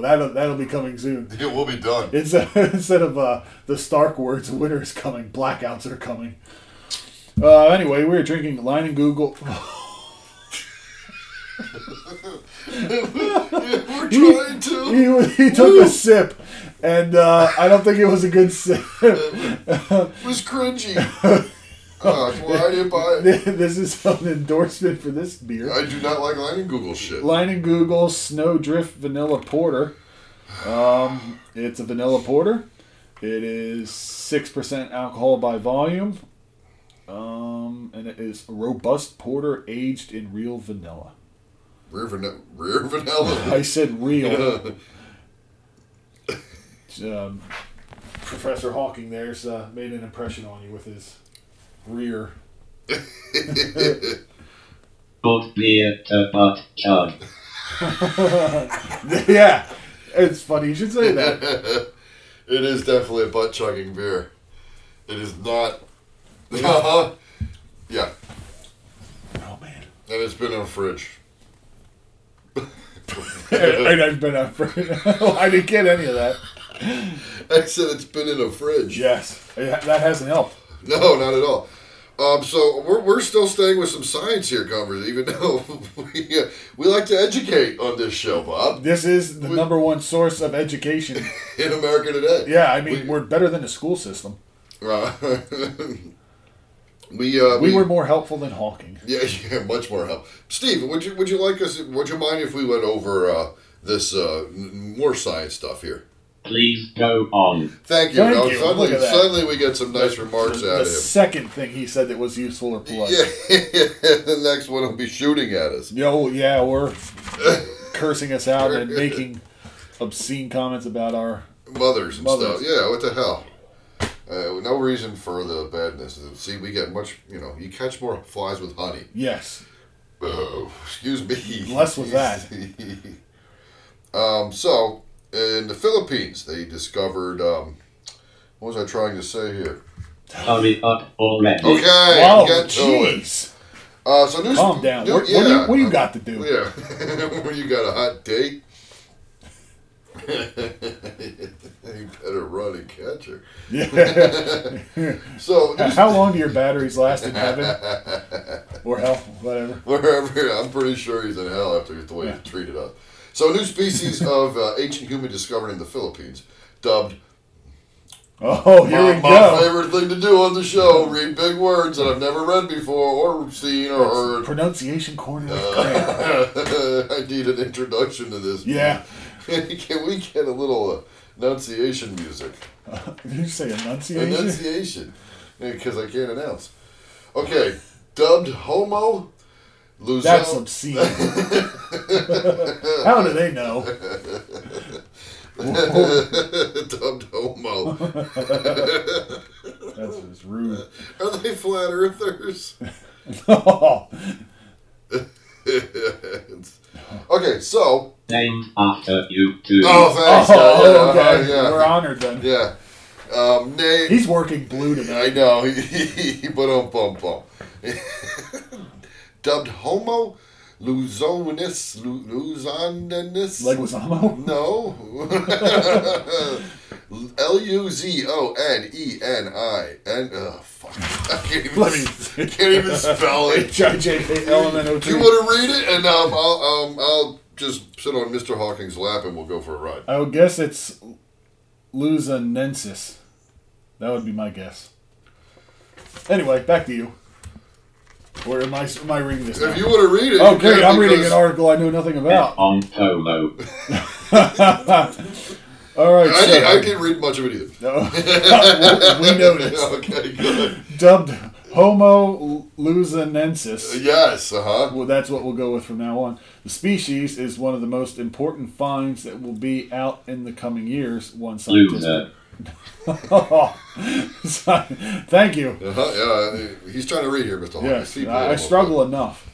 Speaker 3: that'll that'll be coming soon.
Speaker 1: It will be done.
Speaker 3: Instead, instead of uh, the Stark words, winter is coming, blackouts are coming. Uh, anyway, we were drinking Line and Google.
Speaker 1: We're trying to.
Speaker 3: he, he took a sip, and uh, I don't think it was a good sip.
Speaker 1: It was cringy. Uh, that's why I didn't buy it.
Speaker 3: this is an endorsement for this beer.
Speaker 1: I do not like lining Google shit.
Speaker 3: Line and Google Snowdrift Vanilla Porter. Um, it's a vanilla porter. It is six percent alcohol by volume, um, and it is a robust porter aged in real vanilla.
Speaker 1: Rear, van- rear vanilla.
Speaker 3: I said real. um, Professor Hawking there's uh, made an impression on you with his rear.
Speaker 5: Good beer to butt chug.
Speaker 3: yeah, it's funny you should say that.
Speaker 1: It is definitely a butt chugging beer. It is not. Uh-huh. yeah,
Speaker 3: Oh man,
Speaker 1: and it's been in a fridge.
Speaker 3: and I've been up for. I didn't get any of that.
Speaker 1: I said it's been in a fridge.
Speaker 3: Yes, yeah, that hasn't helped.
Speaker 1: No, not at all. Um, so we're, we're still staying with some science here, Converse, even though we, uh, we like to educate on this show, Bob,
Speaker 3: This is the number one source of education.
Speaker 1: in America today.
Speaker 3: Yeah, I mean we're better than the school system.
Speaker 1: Uh, we, uh,
Speaker 3: We were more helpful than Hawking.
Speaker 1: Yeah, yeah, much more help. Steve, would you would you like us? Would you mind if we went over uh, this uh, n- more science stuff here?
Speaker 5: Please go on.
Speaker 1: Thank you.
Speaker 3: Thank
Speaker 1: Now,
Speaker 3: you.
Speaker 1: Suddenly,
Speaker 3: Look at that.
Speaker 1: suddenly we get some nice remarks
Speaker 3: The
Speaker 1: out of him.
Speaker 3: second thing he said that was useful or polite.
Speaker 1: Yeah, the next one will be shooting at us.
Speaker 3: Yo, yeah, or cursing us out and making obscene comments about our.
Speaker 1: mothers and
Speaker 3: Mothers.
Speaker 1: stuff. Yeah, what the hell? Uh, no reason for the badness. See, we get much, you know, you catch more flies with honey.
Speaker 3: Yes.
Speaker 1: Oh, excuse me.
Speaker 3: Less was that.
Speaker 1: um, so, in the Philippines, they discovered. Um, what was I trying to say here?
Speaker 5: Hurry up already.
Speaker 1: Okay,
Speaker 3: Oh,
Speaker 1: get to it.
Speaker 3: jeez.
Speaker 1: Uh, so news,
Speaker 3: Calm down.
Speaker 1: new-
Speaker 3: What, what, do you,
Speaker 1: yeah.
Speaker 3: what do you got to do?
Speaker 1: Yeah. when you got a hot date, you better run and catch her. so just
Speaker 3: How long do your batteries last in heaven? or hell, whatever.
Speaker 1: wherever, I'm pretty sure he's in hell after the way he treated us. So a new species of uh, ancient human discovered in the Philippines, dubbed
Speaker 3: Oh, here
Speaker 1: my,
Speaker 3: we
Speaker 1: my
Speaker 3: go.
Speaker 1: favorite thing to do on the show, read big words that I've never read before or seen or heard.
Speaker 3: Pronunciation corner
Speaker 1: Uh,
Speaker 3: with Graham.
Speaker 1: I need an introduction to this.
Speaker 3: Yeah.
Speaker 1: Can we get a little uh, enunciation music?
Speaker 3: Did you say enunciation?
Speaker 1: Enunciation. Because I can't announce. Okay. Dubbed Homo Luzon.
Speaker 3: That's obscene. How do they know?
Speaker 1: dubbed Homo.
Speaker 3: That's just rude.
Speaker 1: Are they flat earthers?
Speaker 3: Oh,
Speaker 1: okay, so.
Speaker 5: Named after you two.
Speaker 1: Oh, thanks.
Speaker 3: Oh,
Speaker 1: yeah,
Speaker 3: okay.
Speaker 1: yeah,
Speaker 3: We're honored then.
Speaker 1: yeah. yeah. Um, name.
Speaker 3: He's working blue
Speaker 1: I
Speaker 3: tonight.
Speaker 1: know. He but um bum bum. Dubbed Homo Luzonis Lu- Luzondensis.
Speaker 3: Leguizamo?
Speaker 1: no. L U Z O N E N I N. Oh fuck! I can't even.
Speaker 3: Let me-
Speaker 1: I can't even spell it. Do you
Speaker 3: H-I-J-A-L-M-N-O-T.
Speaker 1: want to read it? And um, I'll um, I'll just sit on Mr. Hawking's lap and we'll go for a ride.
Speaker 3: I would guess it's Luzonensis. That would be my guess. Anyway, back to you. Or am I, am I reading this? now?
Speaker 1: If you want to read it,
Speaker 3: Oh,
Speaker 1: you can,
Speaker 3: great. I'm reading
Speaker 1: because-
Speaker 3: an article I know nothing about.
Speaker 5: On Polo.
Speaker 3: All right.
Speaker 1: I, did, I
Speaker 3: So,
Speaker 1: didn't read much of it either.
Speaker 3: we noticed.
Speaker 1: Okay, good.
Speaker 3: Dubbed Homo Luzonensis.
Speaker 1: Yes, uh huh.
Speaker 3: Well, that's what we'll go with from now on. The species is one of the most important finds that will be out in the coming years, one scientist.
Speaker 5: Loser.
Speaker 3: Thank you.
Speaker 1: Uh-huh. Yeah, he's trying to read here, Mr. Hawkins.
Speaker 3: Yes,
Speaker 1: He
Speaker 3: I, I
Speaker 1: played
Speaker 3: struggle enough.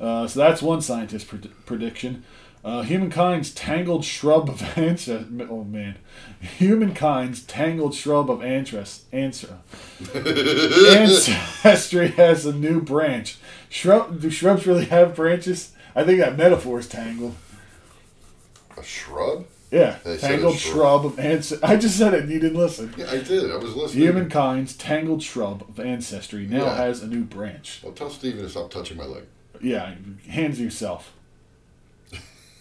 Speaker 3: Uh, so that's one scientist's pred- prediction. Uh, humankind's tangled shrub of ancestry. Oh man, humankind's tangled shrub of ancest- answer. ancestry has a new branch. Shrub? Do shrubs really have branches? I think that metaphor is tangled.
Speaker 1: A shrub?
Speaker 3: Yeah,
Speaker 1: They said
Speaker 3: tangled
Speaker 1: it's
Speaker 3: shrub
Speaker 1: shrub.
Speaker 3: of ancestry. I just said it. and You didn't listen.
Speaker 1: Yeah, I did. I was listening.
Speaker 3: Humankind's tangled shrub of ancestry now
Speaker 1: Yeah.
Speaker 3: has a new branch.
Speaker 1: Well, tell Steven to stop touching my leg.
Speaker 3: Yeah, hands yourself.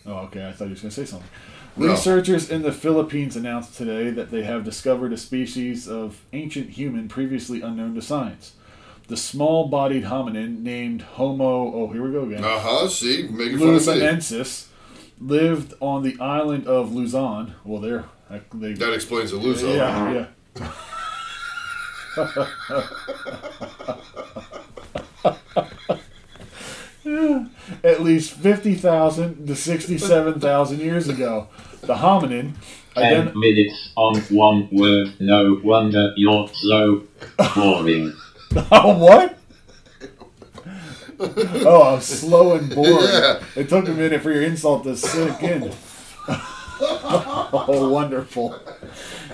Speaker 3: Oh, okay. I thought you was going to say something.
Speaker 1: No.
Speaker 3: Researchers in the Philippines announced today that they have discovered a species of ancient human previously unknown to science. The small bodied hominin named Homo, oh, here we go again,
Speaker 1: Uh huh. See, making fun of me.
Speaker 3: Luzonensis, lived on the island of Luzon. Well, there, I- they,
Speaker 1: That explains the Luzo.
Speaker 3: yeah, yeah. At least 50,000 to 67,000 years ago, the hominin.
Speaker 5: Ten
Speaker 3: ident-
Speaker 5: minutes on one word. No wonder you're so boring.
Speaker 3: oh, what? Oh, I'm slow and bored.
Speaker 1: Yeah.
Speaker 3: It took a minute for your insult to sink in. oh, wonderful.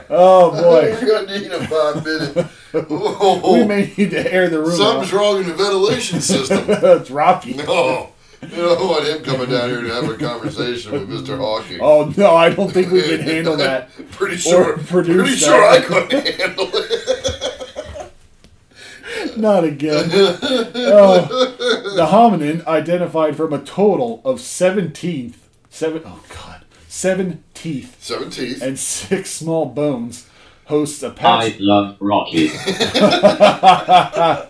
Speaker 3: Oh, boy.
Speaker 1: You're gonna need a five minute.
Speaker 3: We
Speaker 1: Whoa.
Speaker 3: may need to air the room.
Speaker 1: Something's
Speaker 3: out.
Speaker 1: wrong in the ventilation system.
Speaker 3: Drop you.
Speaker 1: oh, you don't want him coming down here to have a conversation with Mr. Hawking.
Speaker 3: Oh no, I don't think we can handle that.
Speaker 1: pretty sure.
Speaker 3: produce
Speaker 1: Pretty
Speaker 3: that.
Speaker 1: sure I couldn't handle it.
Speaker 3: Not again. Oh, the hominin identified from a total of seven teeth, seven oh god, seven teeth
Speaker 1: Seven teeth.
Speaker 3: and six small bones, hosts a
Speaker 5: I
Speaker 3: patch.
Speaker 5: love Rocky.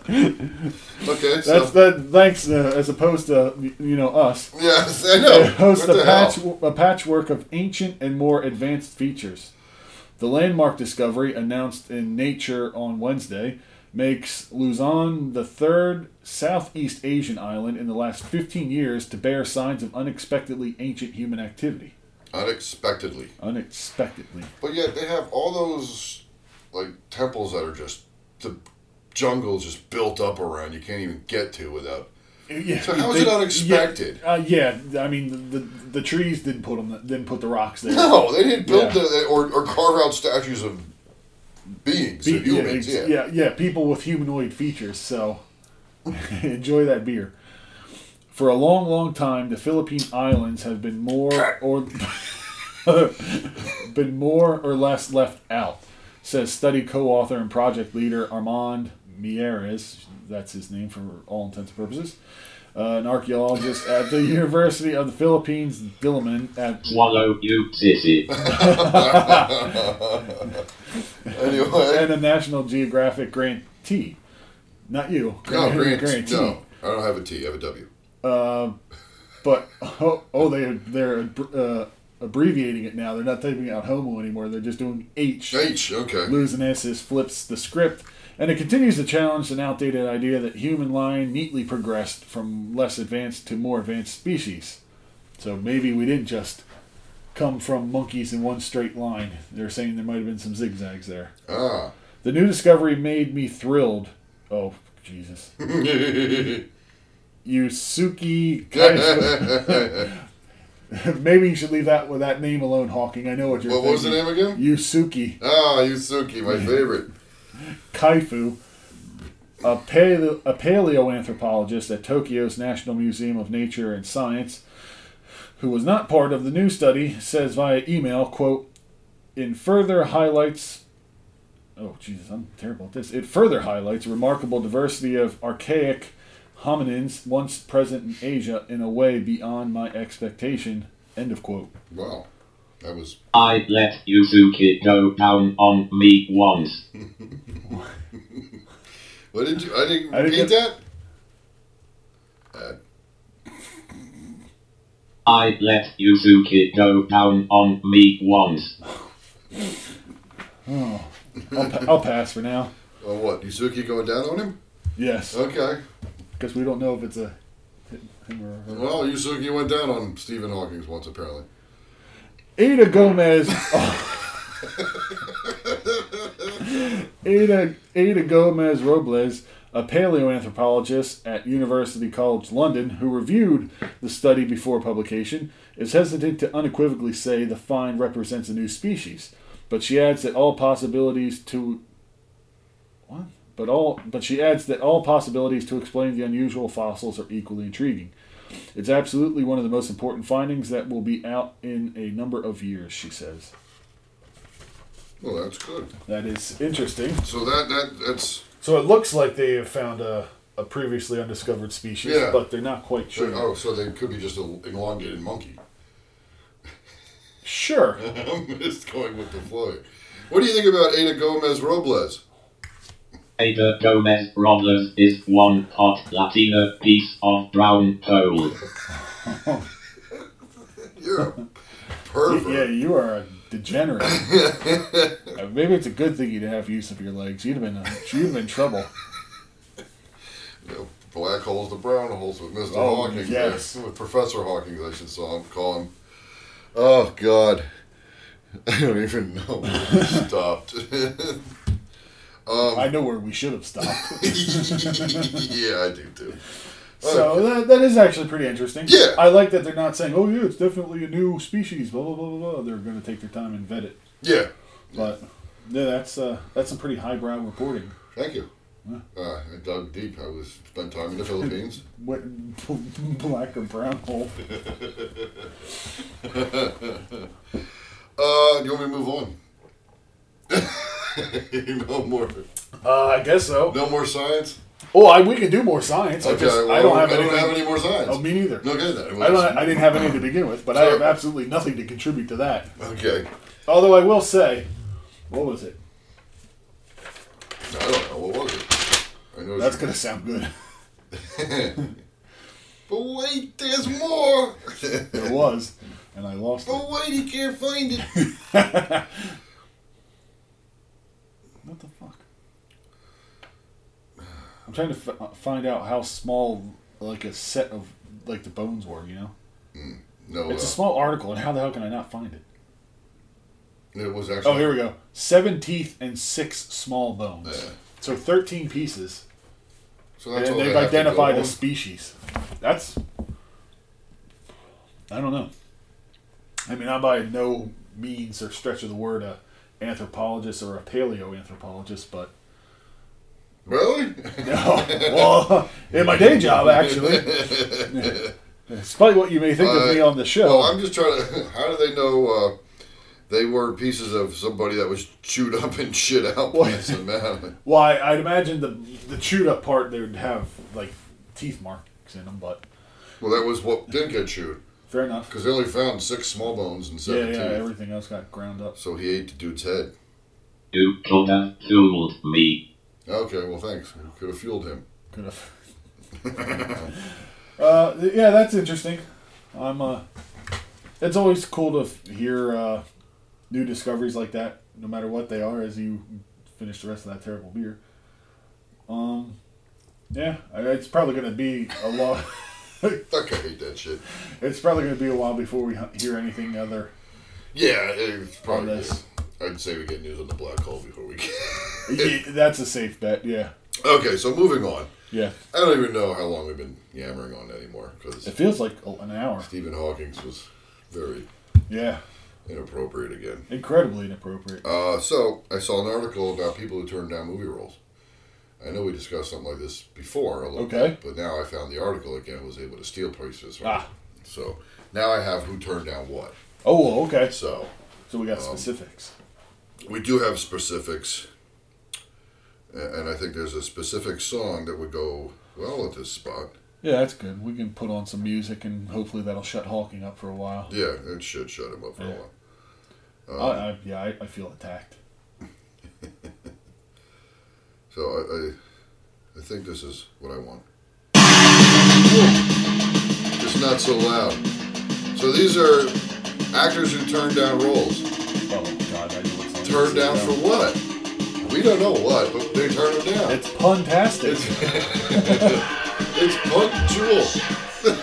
Speaker 1: Okay. So.
Speaker 3: That's the thanks uh, as opposed to you know us.
Speaker 1: yes, I know.
Speaker 3: It hosts
Speaker 1: What
Speaker 3: a,
Speaker 1: the hell?
Speaker 3: patch, a patchwork of ancient and more advanced features. The landmark discovery, announced in Nature on Wednesday, makes Luzon the third Southeast Asian island in the last 15 years to bear signs of unexpectedly ancient human activity.
Speaker 1: Unexpectedly.
Speaker 3: Unexpectedly.
Speaker 1: But yet they have all those like temples that are just the jungles just built up around. You can't even get to without
Speaker 3: Yeah,
Speaker 1: So how is it unexpected?
Speaker 3: Yeah, uh, yeah, I mean the, the trees didn't put them didn't put the rocks there.
Speaker 1: No, they didn't build
Speaker 3: Yeah.
Speaker 1: the or, or carve out statues of beings,
Speaker 3: Be-
Speaker 1: of humans.
Speaker 3: yeah,
Speaker 1: Yeah,
Speaker 3: ex- yeah, yeah, people with humanoid features. So enjoy that beer. For a long, long time, the Philippine Islands have been more or been more or less left out, says study co-author and project leader Armand Mieres. That's his name for all intents and purposes. Uh, an archaeologist at the University of the Philippines, Diliman at
Speaker 5: Swallow you sissy.
Speaker 1: Anyway,
Speaker 3: and uh, a National Geographic grantee. Not you.
Speaker 1: no,
Speaker 3: grant-
Speaker 1: Oh, Grant, no, I don't have a T. I have a W.
Speaker 3: But oh, oh they they're uh, abbreviating it now. They're not typing out homo anymore. They're just doing H.
Speaker 1: H. Okay.
Speaker 3: Losing S's flips the script, and it continues to challenge an outdated idea that human line neatly progressed from less advanced to more advanced species. So maybe we didn't just come from monkeys in one straight line. They're saying there might have been some zigzags there.
Speaker 1: Ah.
Speaker 3: The new discovery made me thrilled. Oh, Jesus. Yusuke Kaisha. Maybe you should leave that with that name alone, Hawking. I know what you're
Speaker 1: What was the
Speaker 3: thinking.
Speaker 1: name again?
Speaker 3: Yusuke
Speaker 1: Ah, Yusuke, my favorite.
Speaker 3: Kaifu, a, paleo- a paleoanthropologist at Tokyo's National Museum of Nature and Science, who was not part of the new study, says via email, quote, in further highlights oh Jesus, I'm terrible at this. It further highlights a remarkable diversity of archaic hominins once present in Asia in a way beyond my expectation. End of quote.
Speaker 1: Wow, that was
Speaker 5: I let Yuzuki go down on me once.
Speaker 1: What did you? I didn't
Speaker 3: I
Speaker 1: repeat
Speaker 3: didn't
Speaker 1: that. Uh,
Speaker 5: I let Yuzuki go down on me once.
Speaker 3: I'll, pa- I'll pass for now.
Speaker 1: oh, what? Yuzuki going down on him?
Speaker 3: Yes,
Speaker 1: Okay.
Speaker 3: because we don't know if it's a him or her.
Speaker 1: Well, Yuzuki went down on Stephen Hawking once, apparently.
Speaker 3: Ada Gomez. Ada Ada Gomez Robles, a paleoanthropologist at University College London, who reviewed the study before publication, is hesitant to unequivocally say the find represents a new species, but she adds that all possibilities to what? But all but she adds that all possibilities to explain the unusual fossils are equally intriguing. It's absolutely one of the most important findings that will be out in a number of years, she says.
Speaker 1: Well, that's good.
Speaker 3: That is interesting.
Speaker 1: So that that that's
Speaker 3: So it looks like they have found a, a previously undiscovered species,
Speaker 1: Yeah.
Speaker 3: but they're not quite sure.
Speaker 1: oh, so they could be just an elongated monkey.
Speaker 3: Sure.
Speaker 1: I'm just going with the flow. here. What do you think about Ada Gomez Robles?
Speaker 5: Ada Gomez Robles is one hot Latina piece of brown coal.
Speaker 1: You're a
Speaker 3: yeah,
Speaker 1: pervert.
Speaker 3: you are a degenerate. Uh, Maybe it's a good thing you didn't have use of your legs. You'd have been uh, you'd have been in trouble.
Speaker 1: You know, black holes, the brown holes with Mr.
Speaker 3: Oh,
Speaker 1: Hawking.
Speaker 3: yes.
Speaker 1: With Professor Hawking, I should so- call him. Oh, God. I don't even know where we stopped. Um,
Speaker 3: I know where we should have stopped.
Speaker 1: yeah, I do too.
Speaker 3: so that, that is actually pretty interesting.
Speaker 1: Yeah.
Speaker 3: I like that they're not saying, "Oh yeah, it's definitely a new species." Blah blah blah blah. blah. They're going to take their time and vet it.
Speaker 1: Yeah.
Speaker 3: But yeah, that's uh, that's some pretty highbrow reporting.
Speaker 1: Thank you. Uh, I dug deep. I was spent time in the Philippines.
Speaker 3: What black or brown hole?
Speaker 1: Uh, you want me to move on? no more,
Speaker 3: Uh, I guess so.
Speaker 1: no more science.
Speaker 3: Oh, I, we can do more science. I just
Speaker 1: well,
Speaker 3: I don't have
Speaker 1: I
Speaker 3: anything.
Speaker 1: don't have any more science.
Speaker 3: Oh, me neither.
Speaker 1: Okay, then.
Speaker 3: I don't. I didn't have any to begin with, but I have
Speaker 1: Sure.
Speaker 3: absolutely nothing to contribute to that.
Speaker 1: Okay.
Speaker 3: Although I will say, what was it?
Speaker 1: I don't know what was it. I know.
Speaker 3: That's gonna sound good.
Speaker 1: But wait, there's more.
Speaker 3: It was, and I lost it.
Speaker 1: but wait, he can't find it.
Speaker 3: What the fuck? I'm trying to f- find out how small, like a set of like the bones were. You know,
Speaker 1: No,
Speaker 3: it's a
Speaker 1: uh,
Speaker 3: small article, and how the hell can I not find it?
Speaker 1: it was actually.
Speaker 3: Oh, here we go. Seven teeth and six small bones.
Speaker 1: Yeah.
Speaker 3: So thirteen pieces.
Speaker 1: So
Speaker 3: and
Speaker 1: that's all
Speaker 3: they've
Speaker 1: they have to
Speaker 3: identified
Speaker 1: go
Speaker 3: a
Speaker 1: on.
Speaker 3: species. That's I don't know. I mean, I'm by no means or stretch of the word a anthropologist or a paleoanthropologist, but
Speaker 1: Really?
Speaker 3: no. well, in my day job, actually, despite what you may think of me
Speaker 1: Uh,
Speaker 3: on the show,
Speaker 1: Well, I'm just trying to. How do they know uh, they were pieces of somebody that was chewed up and shit out by some man?
Speaker 3: Well, I, I'd imagine the the chewed up part they would have like teeth marks in them, but
Speaker 1: Well, that was what didn't get chewed
Speaker 3: fair enough.
Speaker 1: because they only found six small bones and
Speaker 3: Yeah,
Speaker 1: seven
Speaker 3: yeah,
Speaker 1: teeth.
Speaker 3: everything else got ground up.
Speaker 1: so he ate the dude's head.
Speaker 5: You could have fooled me.
Speaker 1: Okay, well, thanks. We could have fueled him.
Speaker 3: Good enough. uh, th- yeah, that's interesting. I'm. Uh, it's always cool to f- hear uh, new discoveries like that, no matter what they are. As you finish the rest of that terrible beer. Um, yeah, I- it's probably gonna be a long.
Speaker 1: Fuck, I hate that shit.
Speaker 3: it's probably gonna be a while before we h- hear anything other.
Speaker 1: Yeah, it's probably.
Speaker 3: On this.
Speaker 1: I'd say we get news on the black hole before we get.
Speaker 3: Yeah, That's a safe bet. Yeah.
Speaker 1: okay, so moving on.
Speaker 3: Yeah.
Speaker 1: I don't even know how long we've been yammering on anymore because
Speaker 3: It feels like a- an hour.
Speaker 1: Stephen Hawking's was very
Speaker 3: Yeah.
Speaker 1: inappropriate again.
Speaker 3: Incredibly inappropriate. Oh,
Speaker 1: Uh, so I saw an article about people who turned down movie roles. I know we discussed something like this before a little
Speaker 3: Okay.
Speaker 1: bit, but now I found the article again. Was able to steal places. from
Speaker 3: Ah.
Speaker 1: it. So now I have who turned down what.
Speaker 3: Oh, okay.
Speaker 1: So
Speaker 3: So we
Speaker 1: Um,
Speaker 3: got specifics.
Speaker 1: we do have specifics, a- and I think there's a specific song that would go well at this spot.
Speaker 3: Yeah, that's good. We can put on some music and hopefully that'll shut Hawking up for a while.
Speaker 1: Yeah, it should shut him up for a
Speaker 3: Yeah.
Speaker 1: while. Uh,
Speaker 3: I, I, yeah, I, I feel attacked.
Speaker 1: So I, I, I think this is what I want. Just not so loud. So these are actors who turned down roles.
Speaker 3: Oh, God, I know it's not-
Speaker 1: Turned down for what? We don't know what, but they turned them down.
Speaker 3: It's puntastic.
Speaker 1: It's it's punctual.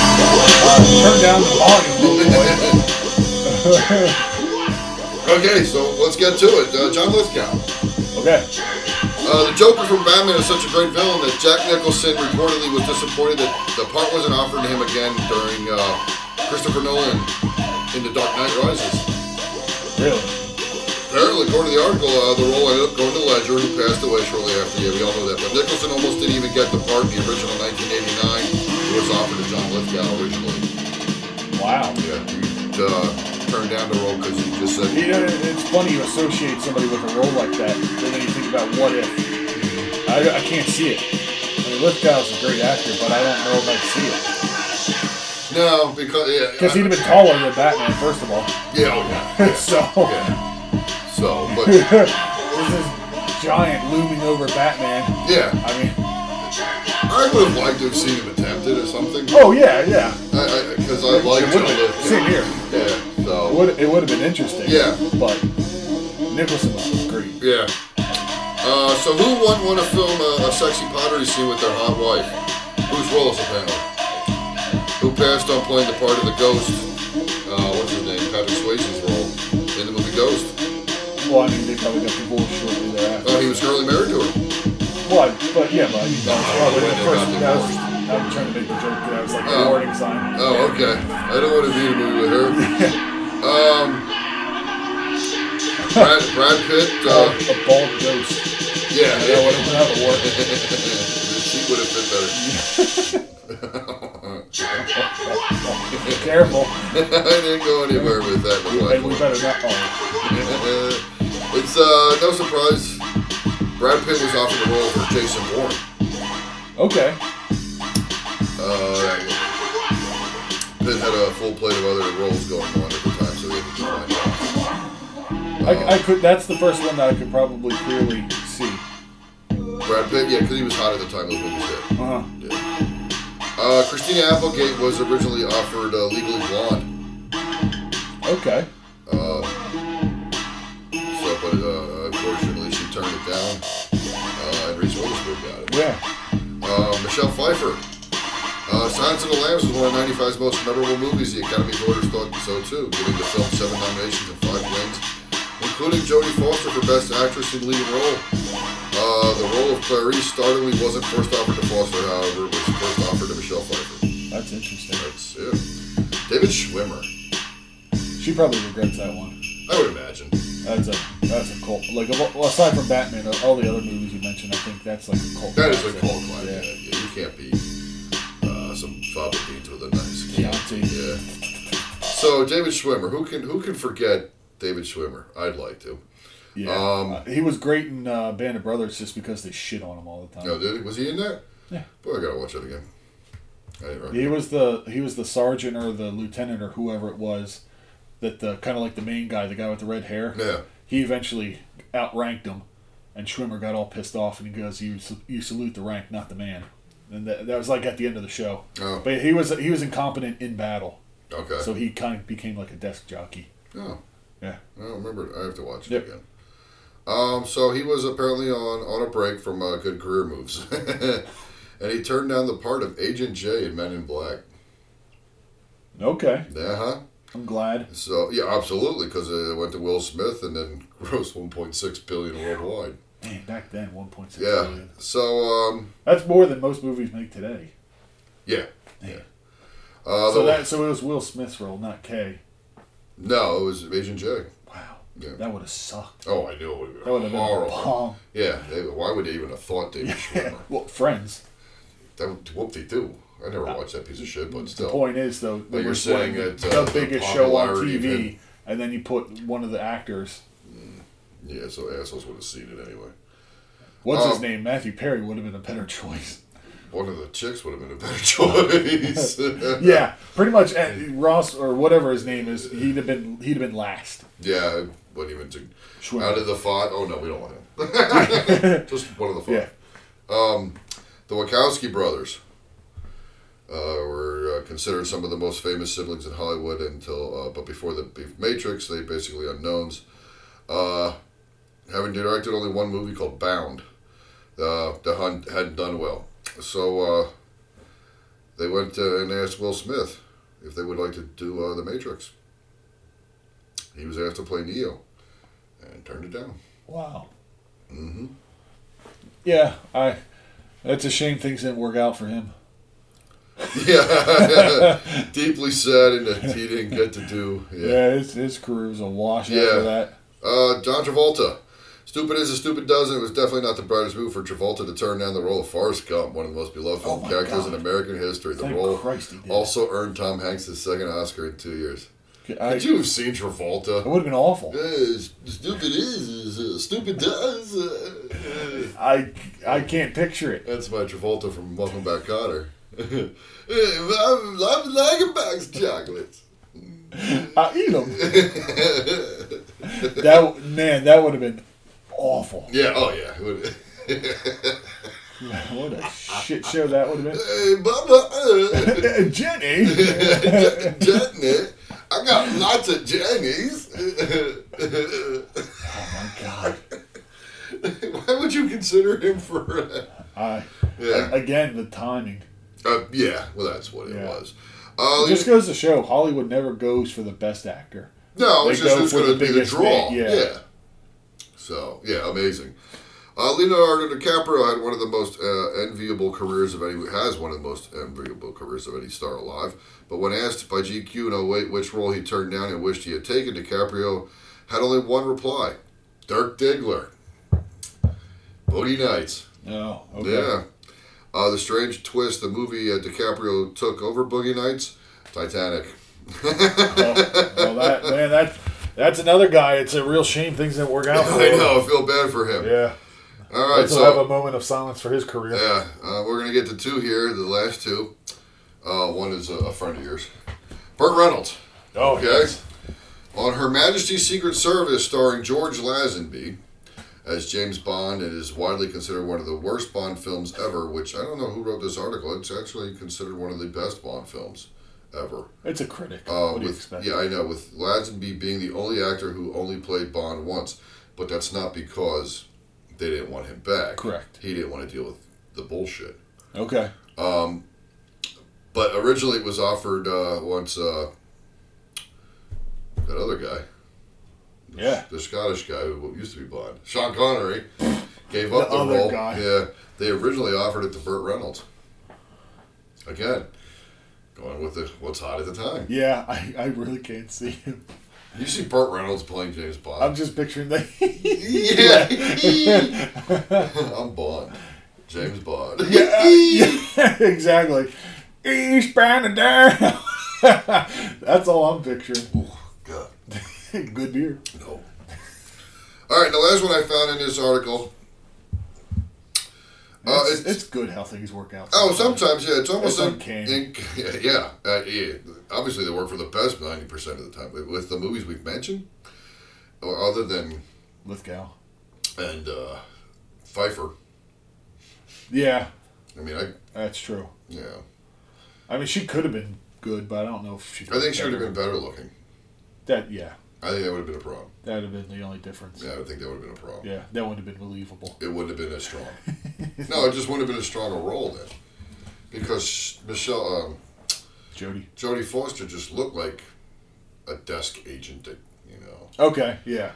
Speaker 3: Turn down the volume.
Speaker 1: Okay, so let's get to it. Uh, John Lithgow.
Speaker 3: Okay.
Speaker 1: Uh, the Joker from Batman is such a great villain that Jack Nicholson reportedly was disappointed that the part wasn't offered to him again during uh, Christopher Nolan in The Dark Knight Rises.
Speaker 3: Really?
Speaker 1: Apparently, according to the article, uh, the role ended up going to Ledger, who passed away shortly after. Yeah, we all know that. But Nicholson almost didn't even get the part in the original 1989. It was offered to John Lithgow originally.
Speaker 3: Wow.
Speaker 1: Yeah, he uh, turned down the role because he just said,
Speaker 3: You know, it's funny you associate somebody with a role like that, and then you think about what if. I, I can't see it. I mean, Lithgow's a great actor, but I don't know if I can see it.
Speaker 1: no, because yeah,
Speaker 3: Because he'd have
Speaker 1: I-
Speaker 3: been taller than Batman, first of all.
Speaker 1: yeah, oh, yeah,
Speaker 3: so,
Speaker 1: yeah. So, but
Speaker 3: there's this giant looming over Batman.
Speaker 1: yeah,
Speaker 3: I mean,
Speaker 1: I would have liked to have seen him attempt it or something.
Speaker 3: oh yeah, yeah.
Speaker 1: because I, I, like
Speaker 3: It
Speaker 1: John
Speaker 3: would've been- Same
Speaker 1: Lithgow.
Speaker 3: here.
Speaker 1: Yeah,
Speaker 3: It
Speaker 1: so
Speaker 3: would it would have been interesting.
Speaker 1: Yeah.
Speaker 3: but Nicholson was great.
Speaker 1: yeah. Uh, so who wouldn't want to film uh, a, a sexy pottery scene with their hot wife? Bruce Willis, apparently. Who passed on playing the part of the ghost? Uh, what's his name? Patrick Swayze's role in the movie Ghost.
Speaker 3: Well, I mean, they probably got divorced shortly thereafter.
Speaker 1: Oh, he was currently married to her.
Speaker 3: Well, I- but yeah, but I mean, that was
Speaker 1: No, Oh,
Speaker 3: probably
Speaker 1: when
Speaker 3: the
Speaker 1: they
Speaker 3: first.
Speaker 1: got
Speaker 3: That was,
Speaker 1: divorced.
Speaker 3: I was trying to make the joke that was like a
Speaker 1: Oh.
Speaker 3: warning sign.
Speaker 1: Oh, okay. I don't want to be in a movie with her. Um, Brad, Brad Pitt. Uh,
Speaker 3: A bald ghost.
Speaker 1: yeah,
Speaker 3: That would have been worked.
Speaker 1: she would have fit better.
Speaker 3: Careful,
Speaker 1: I didn't go anywhere with that. but
Speaker 3: and we
Speaker 1: like-
Speaker 3: better not. Oh,
Speaker 1: it's uh, no surprise. Brad Pitt was offered the role for Jason Bourne.
Speaker 3: okay.
Speaker 1: Uh, Pitt had a full plate of other roles going on at the time, so he had to find out.
Speaker 3: I, I could. That's the first one that I could probably clearly see.
Speaker 1: Brad Pitt, yeah, because he was hot at the time those movies hit.
Speaker 3: Uh-huh.
Speaker 1: Yeah. Uh, Christina Applegate was originally offered uh, Legally Blonde,
Speaker 3: Okay.
Speaker 1: so but uh, unfortunately she turned it down. Uh, and Reese Witherspoon got it.
Speaker 3: Yeah.
Speaker 1: Uh, Michelle Pfeiffer. Uh, Silence of the Lambs was one of 95's most memorable movies. The Academy voters thought so too, giving the film seven nominations and five wins, including Jodie Foster for Best Actress in Leading Role. Uh, the role of Clarice startlingly wasn't first offered to Foster, however, it was first offered to Michelle Pfeiffer.
Speaker 3: That's interesting.
Speaker 1: That's it. David Schwimmer.
Speaker 3: She probably regrets that one.
Speaker 1: I would imagine.
Speaker 3: That's a that's a cult. Like of all- well, aside from Batman, of all the other movies you mentioned, I think that's like a cult.
Speaker 1: That is a
Speaker 3: classic.
Speaker 1: cold climb. Yeah, yeah. You can't be uh, some fava beans with a nice
Speaker 3: Chianti.
Speaker 1: Yeah. So David Schwimmer, who can who can forget David Schwimmer? I'd like to.
Speaker 3: Yeah.
Speaker 1: Um,
Speaker 3: Uh, he was great in uh, Band of Brothers just because they shit on him all the time.
Speaker 1: No, did he? Was he in that?
Speaker 3: Yeah.
Speaker 1: Boy, I gotta watch that again. I didn't remember.
Speaker 3: He was the he was the sergeant or the lieutenant or whoever it was that the kind of like the main guy, the guy with the red hair.
Speaker 1: Yeah.
Speaker 3: He eventually outranked him, and Schwimmer got all pissed off and he goes, "You sa- you salute the rank, not the man." And that, that was like at the end of the show.
Speaker 1: Oh.
Speaker 3: But he was he was incompetent in battle,
Speaker 1: Okay.
Speaker 3: so he kind of became like a desk jockey.
Speaker 1: oh,
Speaker 3: Yeah.
Speaker 1: I don't remember. it. I have to watch it
Speaker 3: Yep.
Speaker 1: again. Um, so he was apparently on on a break from uh, good career moves, and he turned down the part of Agent J in Men in Black.
Speaker 3: Okay.
Speaker 1: Uh huh.
Speaker 3: I'm glad.
Speaker 1: So yeah, absolutely, because it went to Will Smith and then grossed 1.6 billion worldwide.
Speaker 3: Man, back then, 1.6
Speaker 1: Yeah.
Speaker 3: billion.
Speaker 1: So um,
Speaker 3: That's more than most movies make today.
Speaker 1: yeah, yeah. Uh,
Speaker 3: So
Speaker 1: the-
Speaker 3: that so it was Will Smith's role, not K.
Speaker 1: no, it was Agent J.
Speaker 3: Wow.
Speaker 1: Yeah.
Speaker 3: That would have sucked.
Speaker 1: Oh, I knew it would
Speaker 3: That would
Speaker 1: be
Speaker 3: have been a
Speaker 1: horrible.
Speaker 3: bomb.
Speaker 1: Yeah, they, why would they even have thought David Schwimmer?
Speaker 3: Well, friends.
Speaker 1: That would whoop de do. I never watched that piece of shit, but
Speaker 3: The
Speaker 1: still.
Speaker 3: point is, though, that
Speaker 1: you're
Speaker 3: we're
Speaker 1: saying
Speaker 3: playing
Speaker 1: that, uh,
Speaker 3: the
Speaker 1: the
Speaker 3: biggest show on
Speaker 1: popularity of
Speaker 3: TV,
Speaker 1: him-
Speaker 3: and then you put one of the actors.
Speaker 1: Yeah, so assholes would have seen it anyway.
Speaker 3: What's his
Speaker 1: Um,
Speaker 3: name? Matthew Perry would have been a better choice.
Speaker 1: One of the chicks would have been a better choice.
Speaker 3: Yeah, pretty much uh, Ross or whatever his name is, he'd have been he'd have been last.
Speaker 1: yeah, wouldn't even. Took,
Speaker 3: Schwimmer.
Speaker 1: Out of the five oh no, we don't want him. Just one of the five. Um,
Speaker 3: Yeah.
Speaker 1: The Wachowski brothers uh, were uh, considered some of the most famous siblings in Hollywood until, uh, but before the be- Matrix, they basically unknowns. Uh, having directed only one movie called Bound, uh, that hun- hadn't done well, so uh, they went uh, and asked Will Smith if they would like to do uh, the Matrix. He was asked to play Neo, and turned it down.
Speaker 3: Wow. Mm-hmm. Yeah, I. That's a shame things didn't work out for him.
Speaker 1: Yeah, deeply saddened that he didn't get to do.
Speaker 3: Yeah,
Speaker 1: Yeah.
Speaker 3: his, his career was a wash
Speaker 1: Yeah.
Speaker 3: after that.
Speaker 1: Uh, John Travolta. Stupid is as stupid does. and It was definitely not the brightest move for Travolta to turn down the role of Forrest Gump, one of the most beloved film
Speaker 3: Oh my
Speaker 1: characters
Speaker 3: God.
Speaker 1: in American history. The
Speaker 3: Thank
Speaker 1: role
Speaker 3: Christ he did.
Speaker 1: also earned Tom Hanks his second Oscar in two years.
Speaker 3: I,
Speaker 1: Could
Speaker 3: it
Speaker 1: you have seen Travolta?
Speaker 3: would have been awful.
Speaker 1: Uh, stupid is, is uh, stupid does. uh, uh.
Speaker 3: I I can't picture it.
Speaker 1: That's my Travolta from Welcome Back, Cotter. I'm, I'm like box chocolates.
Speaker 3: I eat them. that man, that would have been awful.
Speaker 1: Yeah, oh yeah.
Speaker 3: What a shit show that would have
Speaker 1: Hey, Bubba,
Speaker 3: been. Jenny.
Speaker 1: uh, Jenny, I got lots of Jennies.
Speaker 3: Oh God.
Speaker 1: Why would you consider him for? Uh,
Speaker 3: I,
Speaker 1: yeah,
Speaker 3: again, the timing.
Speaker 1: uh, yeah. Well, that's what it
Speaker 3: Yeah.
Speaker 1: was. Uh,
Speaker 3: It just goes to show Hollywood never goes for the best actor.
Speaker 1: no, it's
Speaker 3: they
Speaker 1: just
Speaker 3: go
Speaker 1: who's
Speaker 3: for
Speaker 1: going to
Speaker 3: the
Speaker 1: be the
Speaker 3: biggest
Speaker 1: draw.
Speaker 3: thing,
Speaker 1: yeah.
Speaker 3: yeah.
Speaker 1: So yeah, amazing. Uh, Leonardo DiCaprio had one of the most uh, enviable careers of any has one of the most enviable careers of any star alive. But when asked by GQ in 08 which role he turned down and wished he had taken, DiCaprio had only one reply: Dirk Diggler. Boogie Nights.
Speaker 3: No. Okay.
Speaker 1: Yeah. Uh, the strange twist the movie uh, DiCaprio took over Boogie Nights, Titanic.
Speaker 3: Well, well, that man, that that's another guy. It's a real shame things didn't work out. for
Speaker 1: I
Speaker 3: him.
Speaker 1: know. I feel bad for him.
Speaker 3: Oh. Yeah.
Speaker 1: All right,
Speaker 3: Let's
Speaker 1: so
Speaker 3: have a moment of silence for his career.
Speaker 1: Yeah, uh, we're gonna get to two here. The last two. Uh, one is a, a friend of yours, Burt Reynolds.
Speaker 3: Oh,
Speaker 1: Okay. On Her Majesty's Secret Service, starring George Lazenby as James Bond, it is widely considered one of the worst Bond films ever. Which I don't know who wrote this article. It's actually considered one of the best Bond films ever.
Speaker 3: It's a critic.
Speaker 1: Uh,
Speaker 3: what do you
Speaker 1: with-
Speaker 3: expect?
Speaker 1: Yeah, I know. With Lazenby being the only actor who only played Bond once, but that's not because they didn't want him back.
Speaker 3: Correct.
Speaker 1: He didn't want to deal with the bullshit.
Speaker 3: Okay.
Speaker 1: But originally it was offered uh, once uh, that other guy,
Speaker 3: Yeah.
Speaker 1: the Scottish guy who used to be blonde, Sean Connery, gave up
Speaker 3: The
Speaker 1: the,
Speaker 3: other
Speaker 1: role.
Speaker 3: guy.
Speaker 1: Yeah, they originally offered it to Burt Reynolds. Again, going with the what's hot at the time.
Speaker 3: Yeah, I, I really can't see him.
Speaker 1: You see Burt Reynolds playing James Bond.
Speaker 3: I'm just picturing that.
Speaker 1: yeah. I'm Bond. James Bond.
Speaker 3: exactly. Eastbound and down. That's all I'm picturing.
Speaker 1: God.
Speaker 3: Good beer.
Speaker 1: No. All right, the last one I found in this article. Uh,
Speaker 3: it's,
Speaker 1: it's,
Speaker 3: it's good how things work out.
Speaker 1: oh, sometimes yeah, it's almost
Speaker 3: It's
Speaker 1: un-
Speaker 3: uncanny.
Speaker 1: in- yeah, uh, yeah. Obviously, they work for the best ninety percent of the time with- with the movies we've mentioned, or other than
Speaker 3: Lithgow.
Speaker 1: and uh, Pfeiffer.
Speaker 3: Yeah,
Speaker 1: I mean, I
Speaker 3: that's true.
Speaker 1: yeah,
Speaker 3: I mean, she could have been good, but I don't know if she.
Speaker 1: I think she would have been better looking.
Speaker 3: That yeah,
Speaker 1: I think that would have been a problem.
Speaker 3: that would have been the only difference.
Speaker 1: Yeah, I would think that would have been a problem.
Speaker 3: Yeah, that would have been believable.
Speaker 1: It wouldn't have been as strong. no, it just wouldn't have been as strong a role then, because Michelle. Um,
Speaker 3: Jody.
Speaker 1: Jodie Foster just looked like a desk agent that, you know,
Speaker 3: Okay. Yeah.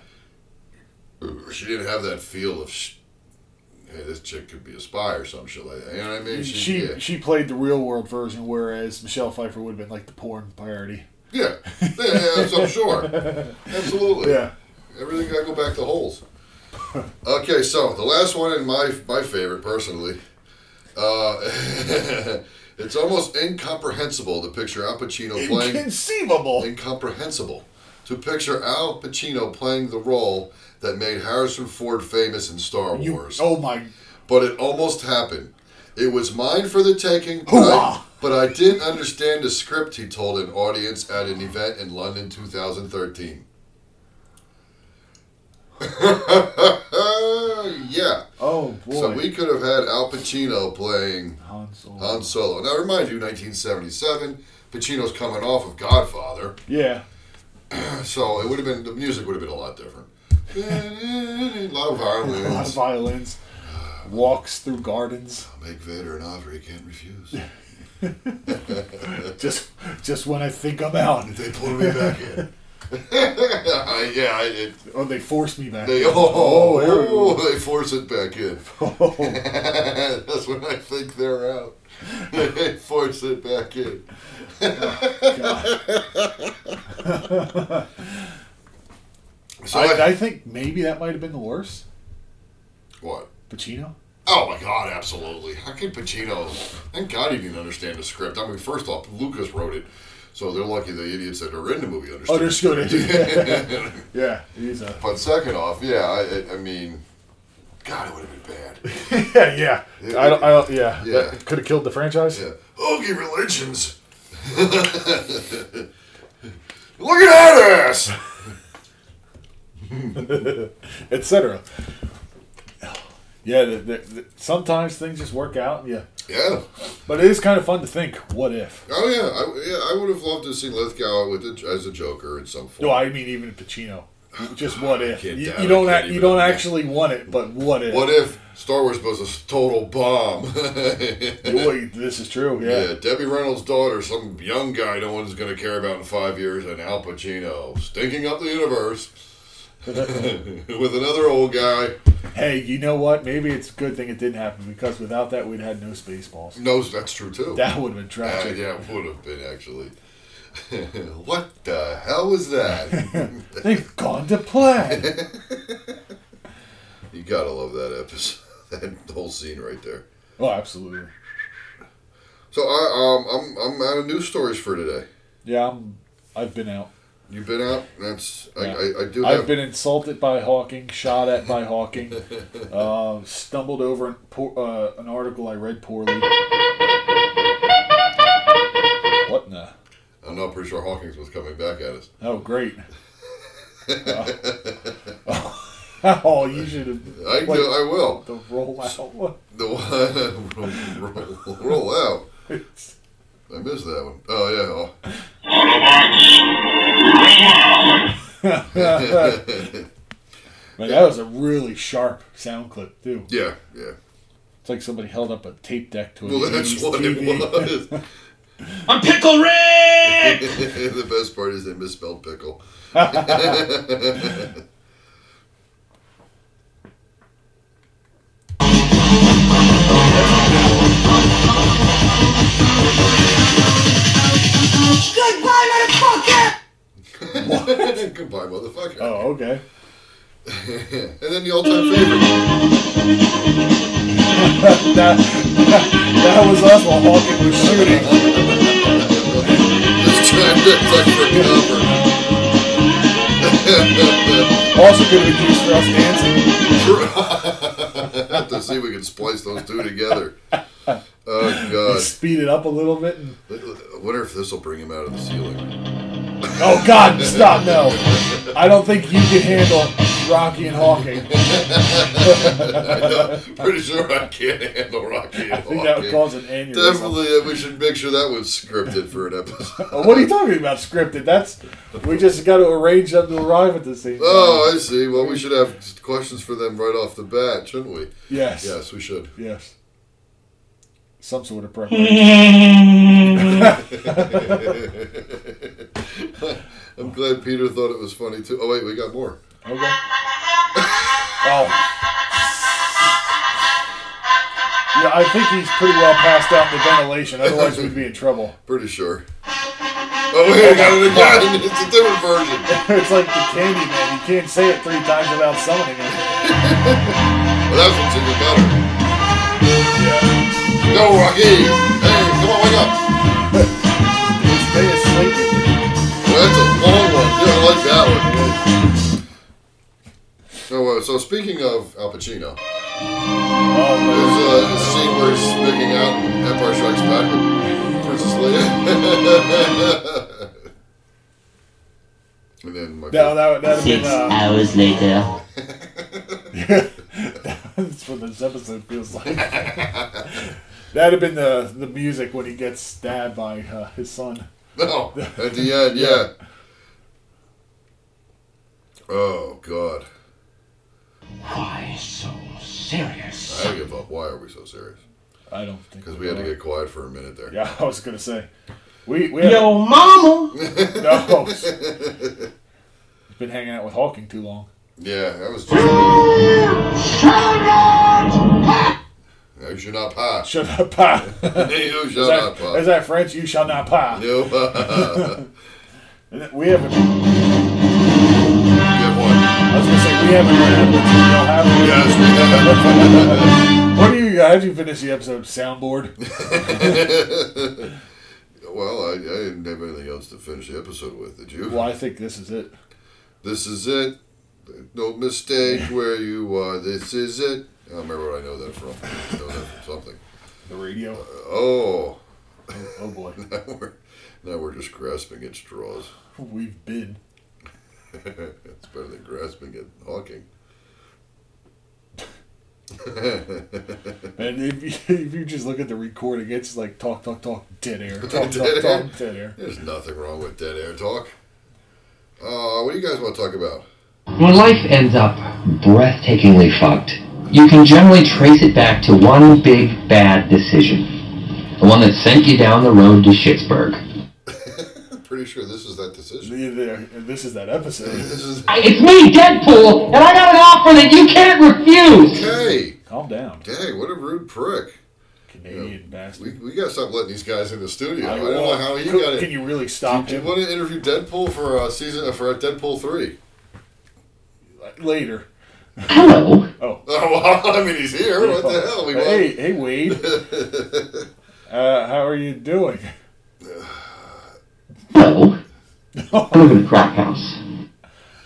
Speaker 1: she didn't have that feel of, sh- hey, this chick could be a spy or some shit like that. You know what I mean?
Speaker 3: She she,
Speaker 1: yeah.
Speaker 3: played the real world version, whereas Michelle Pfeiffer would have been like the porn parody.
Speaker 1: yeah. yeah, yeah, so I'm sure. Absolutely. Everything got to go back to holes. Okay, so the last one and my my favorite personally. Uh, it's almost incomprehensible to picture Al Pacino playing
Speaker 3: Inconceivable.
Speaker 1: incomprehensible to picture Al Pacino playing the role that made Harrison Ford famous in Star
Speaker 3: You-
Speaker 1: Wars.
Speaker 3: oh my.
Speaker 1: But it almost happened. It was mine for the taking, but
Speaker 3: Hoorah!
Speaker 1: I, but I didn't understand the script he told an audience at an event in London 2013. yeah.
Speaker 3: Oh boy.
Speaker 1: So we could have had Al Pacino playing
Speaker 3: Han Solo.
Speaker 1: Han Solo. Now, remind you, 1977, Pacino's coming off of Godfather.
Speaker 3: Yeah.
Speaker 1: So it would have been the music would have been a lot different. a lot of
Speaker 3: A lot of
Speaker 1: violins.
Speaker 3: violins. Walks through gardens.
Speaker 1: Make Vader an offer he can't refuse.
Speaker 3: Just just when I think I'm out,
Speaker 1: They pulled me back in. I- yeah, I, it,
Speaker 3: or Oh, they force me back.
Speaker 1: they oh,
Speaker 3: Oh, there we go.
Speaker 1: oh, they force it back in. That's when I think they're out. they force it back in. so I,
Speaker 3: I, I think maybe that might have been the worst.
Speaker 1: what?
Speaker 3: Pacino.
Speaker 1: Oh my God, absolutely. How can Pacino? Thank God he didn't understand the script. I mean, first off, Lucas wrote it, so they're lucky the idiots that are in the movie understood.
Speaker 3: Understood it. yeah, he's a.
Speaker 1: But second off, yeah, I, I- I mean, God, it would have been bad.
Speaker 3: Yeah, yeah. I don't. I don't yeah.
Speaker 1: Yeah.
Speaker 3: Could have killed the franchise.
Speaker 1: Yeah. Ogie religions. Look at that ass.
Speaker 3: etc. Yeah, the, the, the, sometimes things just work out. Yeah,
Speaker 1: Yeah.
Speaker 3: but it is kind of fun to think, what if?
Speaker 1: Oh yeah. I, yeah, I would have loved to see Lithgow with the, as a Joker in some form.
Speaker 3: No, I mean even Pacino. Just what if? You,
Speaker 1: Can't
Speaker 3: you
Speaker 1: doubt it,
Speaker 3: don't
Speaker 1: can't
Speaker 3: act,
Speaker 1: even
Speaker 3: you don't
Speaker 1: imagine.
Speaker 3: actually want it, but what if?
Speaker 1: What if Star Wars was a total bomb?
Speaker 3: Boy, this is true.
Speaker 1: Yeah.
Speaker 3: Yeah.
Speaker 1: Debbie Reynolds' daughter, some young guy no one's going to care about in five years, and Al Pacino stinking up the universe with another old guy.
Speaker 3: Hey, you know what? Maybe it's a good thing it didn't happen because without that, we'd had no Spaceballs.
Speaker 1: No, that's true too.
Speaker 3: That would have been
Speaker 1: yeah,
Speaker 3: tragic.
Speaker 1: yeah, it would have been actually. what the hell was that?
Speaker 3: They've gone to plan.
Speaker 1: you gotta love that episode, that whole scene right there.
Speaker 3: oh, absolutely.
Speaker 1: So I, um, I'm, I'm out of news stories for today.
Speaker 3: Yeah, I'm, I've been out.
Speaker 1: You've been out. That's I,
Speaker 3: Yeah.
Speaker 1: I, I do have.
Speaker 3: I've been insulted by Hawking, shot at by Hawking, uh, stumbled over an, poor, uh, an article I read poorly. What in the?
Speaker 1: I'm not pretty sure Hawkins was coming back at us.
Speaker 3: Oh, great. Uh, oh, you should have.
Speaker 1: I,
Speaker 3: like,
Speaker 1: do, I will.
Speaker 3: The rollout.
Speaker 1: The one roll, roll out. I missed that one. Oh yeah.
Speaker 3: Man, that was a really sharp sound clip, too.
Speaker 1: Yeah, yeah.
Speaker 3: It's like somebody held up a tape deck to a
Speaker 1: Well, that's what it was.
Speaker 9: I'm Pickle Rick!
Speaker 1: the best part is they misspelled pickle. Goodbye, motherfucker.
Speaker 3: Oh, okay.
Speaker 1: And then the all-time favorite.
Speaker 3: That, that was us while Hawking was shooting.
Speaker 1: This time that's like for
Speaker 3: Also going to be used for us dancing.
Speaker 1: cover. Have to see if we can splice those two together. Oh god.
Speaker 3: Speed it up a little bit. And,
Speaker 1: I wonder if this will bring him out of the ceiling.
Speaker 3: oh, God, stop. No. I don't think you can handle Rocky and Hawking. I
Speaker 1: Pretty sure I can't handle Rocky and
Speaker 3: think that
Speaker 1: Hawking.
Speaker 3: would cause an aneurysm.
Speaker 1: Definitely, uh, we should make sure that was scripted for an episode.
Speaker 3: Uh, What are you talking about, scripted? That's We just got to arrange them to arrive at the scene.
Speaker 1: Oh, I see. Well, we should have questions for them right off the bat, shouldn't we?
Speaker 3: Yes.
Speaker 1: Yes, we should.
Speaker 3: Yes. Some sort of preparation.
Speaker 1: I'm glad Peter thought it was funny too. Oh wait, we got more.
Speaker 3: Okay. Oh. Yeah, I think he's pretty well passed out in the ventilation. Otherwise, we'd be in trouble.
Speaker 1: Pretty sure. Oh wait, I got it again. It's a different version.
Speaker 3: It's like the candy man. You can't say it three times without summoning it.
Speaker 1: But that's what's even better.
Speaker 3: Yeah.
Speaker 1: Go Rocky! Hey, come on, wake up.
Speaker 3: Stay asleep.
Speaker 1: Well, that's a long one. Yeah, I like that one. So, uh, so speaking of Al Pacino,
Speaker 3: Oh,
Speaker 1: there's uh, this scene where he's making out in Empire Strikes Back with Princess Leia. and then my
Speaker 3: no, that would that have been. Uh,
Speaker 8: hours later.
Speaker 3: That's what this episode feels like. That'd have been the the music when he gets stabbed by uh, his son.
Speaker 1: No, at the end, yeah. Oh God,
Speaker 6: Why so serious?
Speaker 1: I don't give up. Why are we so serious?
Speaker 3: I don't think
Speaker 1: Because we had to get quiet for a minute there.
Speaker 3: Yeah, I was gonna say. We we have,
Speaker 9: Yo, mama!
Speaker 3: no. He's been hanging out with Hawking too long.
Speaker 1: Yeah, that was. Just... You should not pass.
Speaker 3: Shut up, pa. Is
Speaker 1: You shall
Speaker 3: that,
Speaker 1: not
Speaker 3: is
Speaker 1: pass.
Speaker 3: that French? You shall not pa.
Speaker 1: No. pass.
Speaker 3: And then We haven't.
Speaker 1: Good one.
Speaker 3: I was gonna say we haven't run out of what you don't have.
Speaker 1: Yes, we have.
Speaker 3: What do you? How'd you finish the episode? Soundboard.
Speaker 1: Well, I, I didn't have anything else to finish the episode with, did you?
Speaker 3: Well, I think this is it.
Speaker 1: This is it. No mistake where you are. This is it. I don't remember where I know that from. I know that from something.
Speaker 3: The radio.
Speaker 1: Oh.
Speaker 3: Oh boy,
Speaker 1: we're, now we're just grasping at straws.
Speaker 3: we've been.
Speaker 1: It's better than grasping at Hawking.
Speaker 3: And if you, if you just look at the recording, it's like talk, talk, talk, dead air, talk, talk,
Speaker 1: Dead air.
Speaker 3: talk, dead air.
Speaker 1: There's nothing wrong with dead air talk. Uh, what do you guys want to talk about?
Speaker 10: When life ends up breathtakingly fucked, you can generally trace it back to one big bad decision. The one that sent you down the road to Schittsburg.
Speaker 1: I'm pretty sure this is that decision.
Speaker 3: The- the- This is that episode.
Speaker 1: This is
Speaker 10: I, it's me, Deadpool, and I got an offer that you can't refuse!
Speaker 1: hey,
Speaker 3: Calm down,
Speaker 1: dang, what a rude prick.
Speaker 3: Canadian
Speaker 1: We,
Speaker 3: bastard.
Speaker 1: we gotta stop letting these guys in the studio. I,
Speaker 3: Like,
Speaker 1: don't know
Speaker 3: well,
Speaker 1: how he
Speaker 3: could-
Speaker 1: got
Speaker 3: Can
Speaker 1: it.
Speaker 3: you really stop
Speaker 1: Do you
Speaker 3: him
Speaker 1: want to interview Deadpool for uh, season uh, for uh, Deadpool three?
Speaker 3: later?
Speaker 10: Hello.
Speaker 1: Oh, well, I mean he's here. What the hell? We
Speaker 3: Hey, hey, Wade. uh, how are you doing?
Speaker 10: Hello. I live in a crack house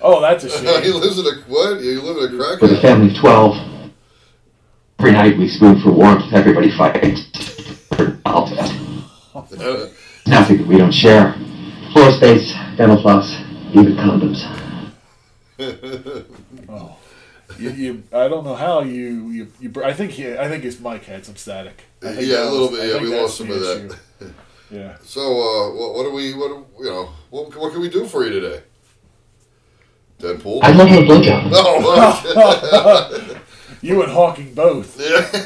Speaker 3: Oh, that's a
Speaker 1: want- he
Speaker 3: shame.
Speaker 1: lives in a what? You live in a crack
Speaker 10: with a
Speaker 1: house?
Speaker 10: family of 12. Every night we spoon for warmth, everybody fights.
Speaker 1: Uh,
Speaker 10: Nothing that we don't share. Floor space, dental floss, even condoms.
Speaker 3: You, you, I don't know how you, you, you br- I think he, I think his mic had some static. I think
Speaker 1: Yeah, a
Speaker 3: that
Speaker 1: little
Speaker 3: was-
Speaker 1: bit,
Speaker 3: I
Speaker 1: yeah,
Speaker 3: think
Speaker 1: we
Speaker 3: that's
Speaker 1: lost some
Speaker 3: the
Speaker 1: of that.
Speaker 3: issue. yeah.
Speaker 1: So, uh, what, what do we, what, do- you know, what, what can we do for you today? Deadpool?
Speaker 10: I'd love a blowjob.
Speaker 1: oh, well,
Speaker 3: You and Hawking both.
Speaker 1: yeah. so,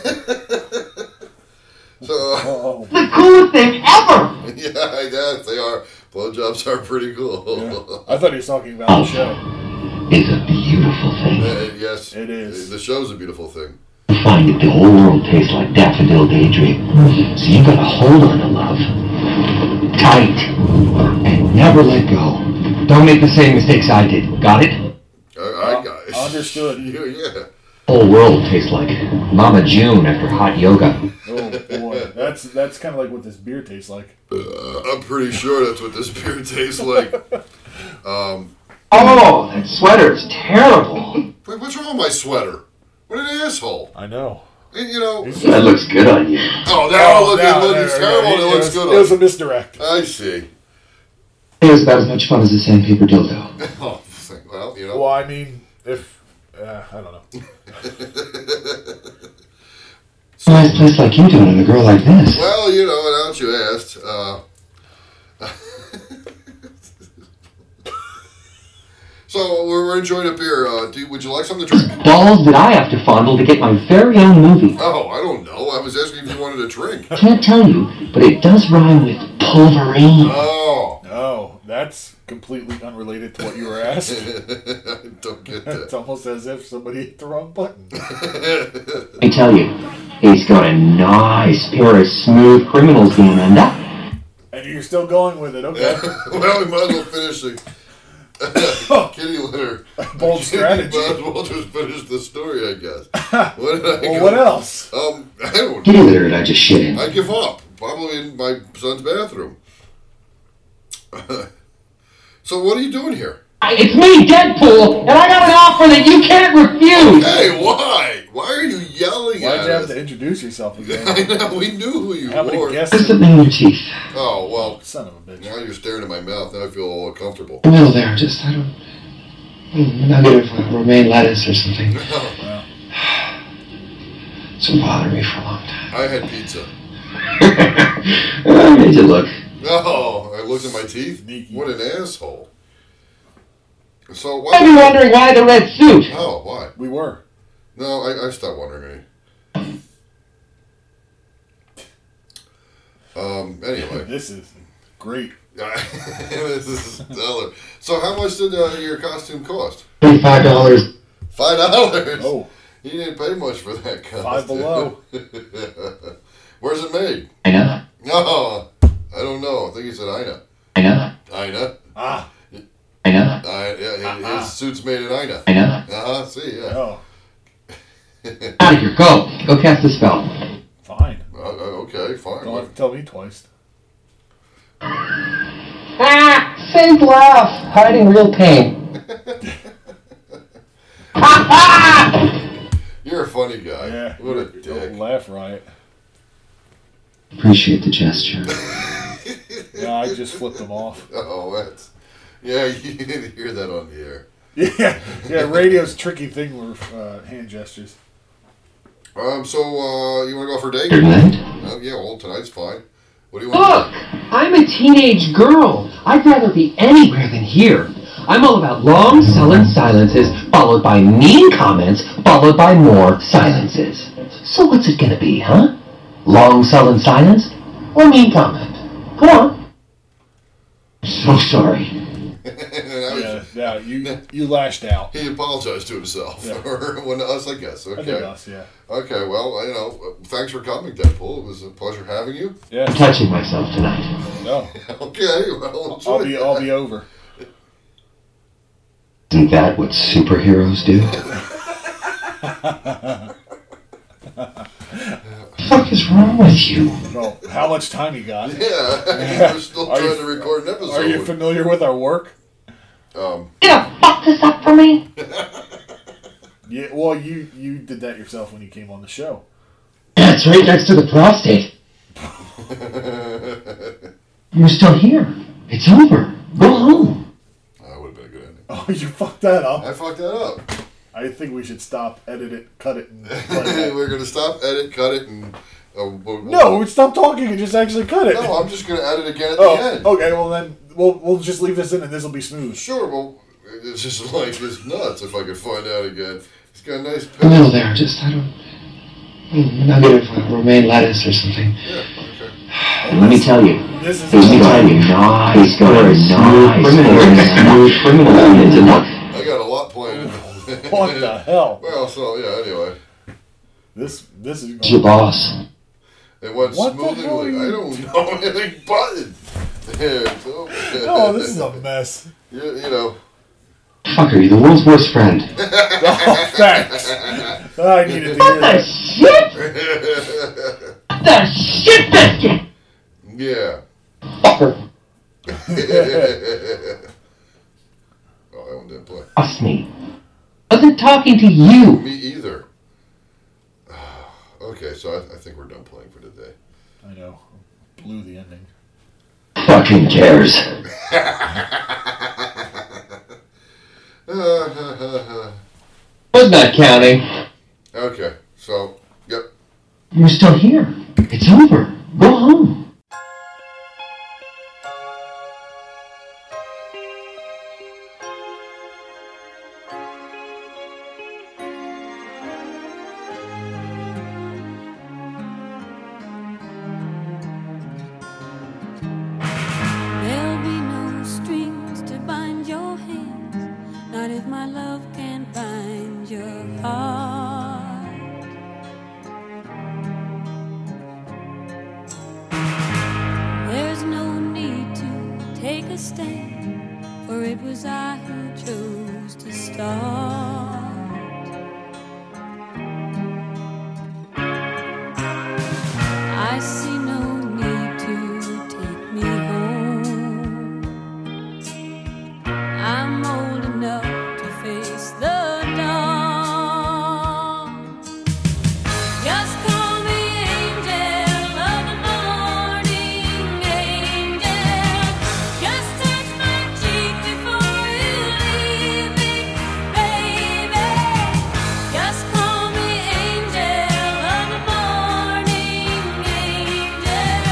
Speaker 3: Oh,
Speaker 10: the coolest thing ever!
Speaker 1: uh, yeah, I guess they are. Blowjobs are pretty cool.
Speaker 3: I thought he was talking about the show.
Speaker 10: is a beautiful thing.
Speaker 1: Uh, yes,
Speaker 3: It is.
Speaker 1: The show's a beautiful thing.
Speaker 10: You find that the whole world tastes like daffodil daydream. So you gotta hold on to love. Tight. And never let go. Don't make the same mistakes I did. Got it?
Speaker 1: I, I got it.
Speaker 3: Uh, Understood.
Speaker 1: You- yeah.
Speaker 10: Whole world tastes like Mama June after hot yoga.
Speaker 3: Oh boy, that's that's kind of like what this beer tastes like.
Speaker 1: Uh, I'm pretty sure that's what this beer tastes like.
Speaker 10: Oh, that sweater is terrible.
Speaker 1: Wait, what's wrong with my sweater? What an asshole!
Speaker 3: I know.
Speaker 1: And, you know,
Speaker 10: That looks good on you.
Speaker 1: oh, now it looks,
Speaker 3: now-
Speaker 1: it looks
Speaker 3: there we go.
Speaker 1: terrible. and It, looks
Speaker 3: was-
Speaker 1: good.
Speaker 3: It was a
Speaker 1: on-
Speaker 3: misdirect.
Speaker 1: I see.
Speaker 10: It was about as much fun as the sandpaper dildo.
Speaker 1: Oh, well, you know.
Speaker 3: Well, I mean, if uh, I don't know.
Speaker 10: A nice place like you doing with a girl like this.
Speaker 1: Well, you know, now that you asked, uh, so we're we're enjoying a beer. Uh, do, would you like something to drink?
Speaker 10: Balls that I have to fondle to get my very own movie.
Speaker 1: Oh, I don't know. I was asking if you wanted a drink.
Speaker 10: Can't tell you, but it does rhyme with pulverine.
Speaker 1: Oh,
Speaker 3: No, that's completely unrelated to what you were asked.
Speaker 1: I don't get
Speaker 3: it's
Speaker 1: that.
Speaker 3: almost as if somebody hit the wrong button.
Speaker 10: I tell you, he's got a nice pair of smooth criminals going under.
Speaker 3: And you're still going with it, okay?
Speaker 1: well, we might as well finish the kitty litter.
Speaker 3: Bold strategy.
Speaker 1: Might as well just finish the story, I guess. What did I
Speaker 3: Well,
Speaker 1: go-
Speaker 3: what else?
Speaker 1: Um, I don't.
Speaker 10: Kitty litter that I just shit in.
Speaker 1: I give up. Probably in my son's bathroom. so what are you doing here?
Speaker 10: I- It's me, Deadpool, and I got an offer that you can't refuse.
Speaker 1: Hey, why? Why are you yelling
Speaker 3: Why'd
Speaker 1: at
Speaker 3: you have
Speaker 1: us?
Speaker 3: to introduce yourself
Speaker 1: I
Speaker 3: again?
Speaker 1: know. We knew who you
Speaker 3: How
Speaker 1: were.
Speaker 3: many
Speaker 10: There's
Speaker 3: guesses?
Speaker 10: something in your teeth.
Speaker 1: Oh well.
Speaker 3: Son of a bitch.
Speaker 1: Now you're staring at my mouth. Now I feel all uncomfortable.
Speaker 10: The middle there, just, I don't. mm, Nugget of uh, romaine lettuce or something. It's been bothering me for a long time.
Speaker 1: I had pizza.
Speaker 10: I made you look.
Speaker 1: Oh, I looked at my teeth.
Speaker 3: Sneaky.
Speaker 1: What an asshole. So
Speaker 10: You might be
Speaker 1: why?
Speaker 10: wondering why the red suit.
Speaker 1: Oh, why?
Speaker 3: We were.
Speaker 1: No, I, I stopped wondering. any- Um. Anyway.
Speaker 3: This is great.
Speaker 1: this is stellar. So, how much did uh, your costume cost?
Speaker 10: Twenty-five dollars.
Speaker 1: Five dollars.
Speaker 3: Oh,
Speaker 1: you didn't pay much for that costume.
Speaker 3: five below.
Speaker 1: Where's it made?
Speaker 10: I know.
Speaker 1: No, I don't know. I think he said Ina.
Speaker 10: I know.
Speaker 1: Ina.
Speaker 3: Ah,
Speaker 10: I know.
Speaker 1: I, yeah, his-
Speaker 3: Uh-huh.
Speaker 1: His suit's made in Ina.
Speaker 10: I know.
Speaker 1: Uh huh. See, yeah.
Speaker 3: oh,
Speaker 10: Out of here. Go. Go cast a spell.
Speaker 3: fine.
Speaker 1: Uh, uh, okay, fine.
Speaker 3: Don't have to tell me twice.
Speaker 10: Ah, fake laugh, hiding real pain.
Speaker 1: You're a funny guy.
Speaker 3: Yeah.
Speaker 1: What a
Speaker 3: Don't
Speaker 1: dick.
Speaker 3: laugh right.
Speaker 10: Appreciate the gesture.
Speaker 3: Yeah, I just flipped them off.
Speaker 1: Oh, that's. Yeah, you didn't hear that on the air.
Speaker 3: Yeah, yeah. Radio's tricky thing with uh, hand gestures.
Speaker 1: Um. So, uh, you want to go for a date?
Speaker 10: Your night?
Speaker 1: Oh, yeah. Well, tonight's fine. What do you want?
Speaker 10: Look, I'm a teenage girl. I'd rather be anywhere than here. I'm all about long, sullen silences, followed by mean comments, followed by more silences. So what's it gonna be, huh? Long, sullen silence or mean comment? Come on. So sorry.
Speaker 1: That was-
Speaker 3: Yeah, yeah. You you lashed out.
Speaker 1: He apologized to himself,
Speaker 3: Yeah.
Speaker 1: or one to us, I guess.
Speaker 3: I think
Speaker 1: Okay.
Speaker 3: us. Yeah.
Speaker 1: Okay. Well, you know, uh, thanks for coming, Deadpool. It was a pleasure having you.
Speaker 10: I'm
Speaker 3: Yeah.
Speaker 10: touching myself tonight.
Speaker 3: No.
Speaker 1: Okay. Well, enjoy
Speaker 3: I'll be
Speaker 1: that.
Speaker 3: I'll be over.
Speaker 10: Isn't that what superheroes do? fuck is wrong with you?
Speaker 3: Well, how much time you got?
Speaker 1: Yeah, we're still
Speaker 3: Are
Speaker 1: trying
Speaker 3: you-
Speaker 1: to record an episode.
Speaker 3: Are you familiar with our work?
Speaker 10: Gonna fuck this up for me?
Speaker 3: Yeah. Well, you you did that yourself when you came on the show.
Speaker 10: Yeah, it's right next to the prostate. You're still here. It's over. Go home.
Speaker 1: that would have been a good ending.
Speaker 3: Oh, you fucked that up.
Speaker 1: I fucked that up.
Speaker 3: I think we should stop, edit it, cut it. And play it.
Speaker 1: we're gonna stop, edit, cut it, and uh, we'll,
Speaker 3: no, stop talking and just actually cut it.
Speaker 1: no, I'm just gonna add it again at the
Speaker 3: oh,
Speaker 1: end.
Speaker 3: okay. Well then, we'll we'll just leave this in and this will be smooth.
Speaker 1: Sure. Well, it's just like it's nuts. If I could find out again, he's got a nice
Speaker 10: The
Speaker 1: pen.
Speaker 10: middle there, just I don't. mm, Nugget of uh, romaine lettuce or something.
Speaker 1: Yeah. Okay.
Speaker 3: Oh,
Speaker 10: And let me tell you,
Speaker 3: This is
Speaker 10: there's going to be nice, going to nice, smooth criminal unions in one.
Speaker 1: I got a lot planned.
Speaker 3: what the hell?
Speaker 1: Well, so yeah. Anyway,
Speaker 3: This this is
Speaker 10: Your boss.
Speaker 1: it went
Speaker 3: What the hell are
Speaker 1: smoothly.
Speaker 3: you
Speaker 1: I don't know anything but it. There, so-
Speaker 3: No, Oh, this is a mess.
Speaker 1: you, you know.
Speaker 10: Fucker, you're the world's worst friend.
Speaker 3: Oh, thanks. I needed to hear
Speaker 10: The
Speaker 3: that.
Speaker 10: shit? The shit biscuit!
Speaker 1: yeah.
Speaker 10: Fucker,
Speaker 1: Oh, that one didn't play.
Speaker 10: trust me. Wasn't talking to you.
Speaker 1: Me either. Okay, so I, I think we're done playing for today.
Speaker 3: I know. Blew the ending.
Speaker 10: Fucking cares. Was not counting.
Speaker 1: okay, so yep.
Speaker 10: You're still here. It's over. Go home.
Speaker 11: There'll be no strings to bind your hands, not if my love can bind your heart. There's no need to take a stand, for it was I who chose to start. I see no need to take me home. I'm old enough to face the dawn. Just call me angel of the morning, angel. Just touch my cheek before you leave me, baby. Just call me angel of the morning, angel.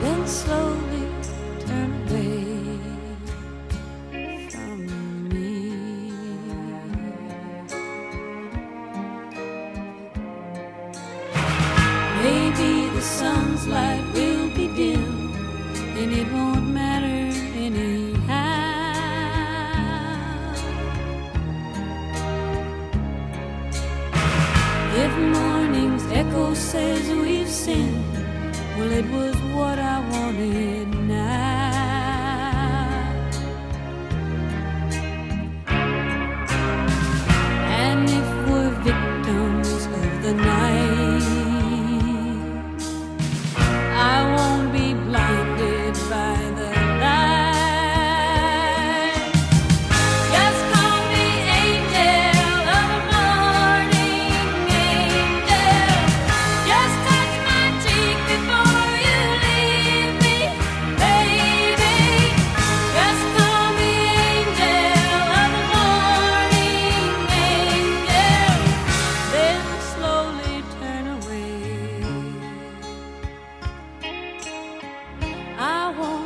Speaker 11: Then slowly turn away from me. Maybe the sun's light will be dim, and it won't matter anyhow. If morning's echo says we've sinned, well, it was what I wanted now. And if we're victims of the night, I won't be blinded by the light. Just call me angel of the morning, angel. Just touch my cheek before you leave me, baby. Oh, Oh,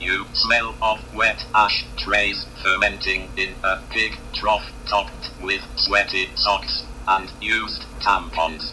Speaker 5: You smell of wet ashtrays fermenting in a pig trough topped with sweaty socks and used tampons.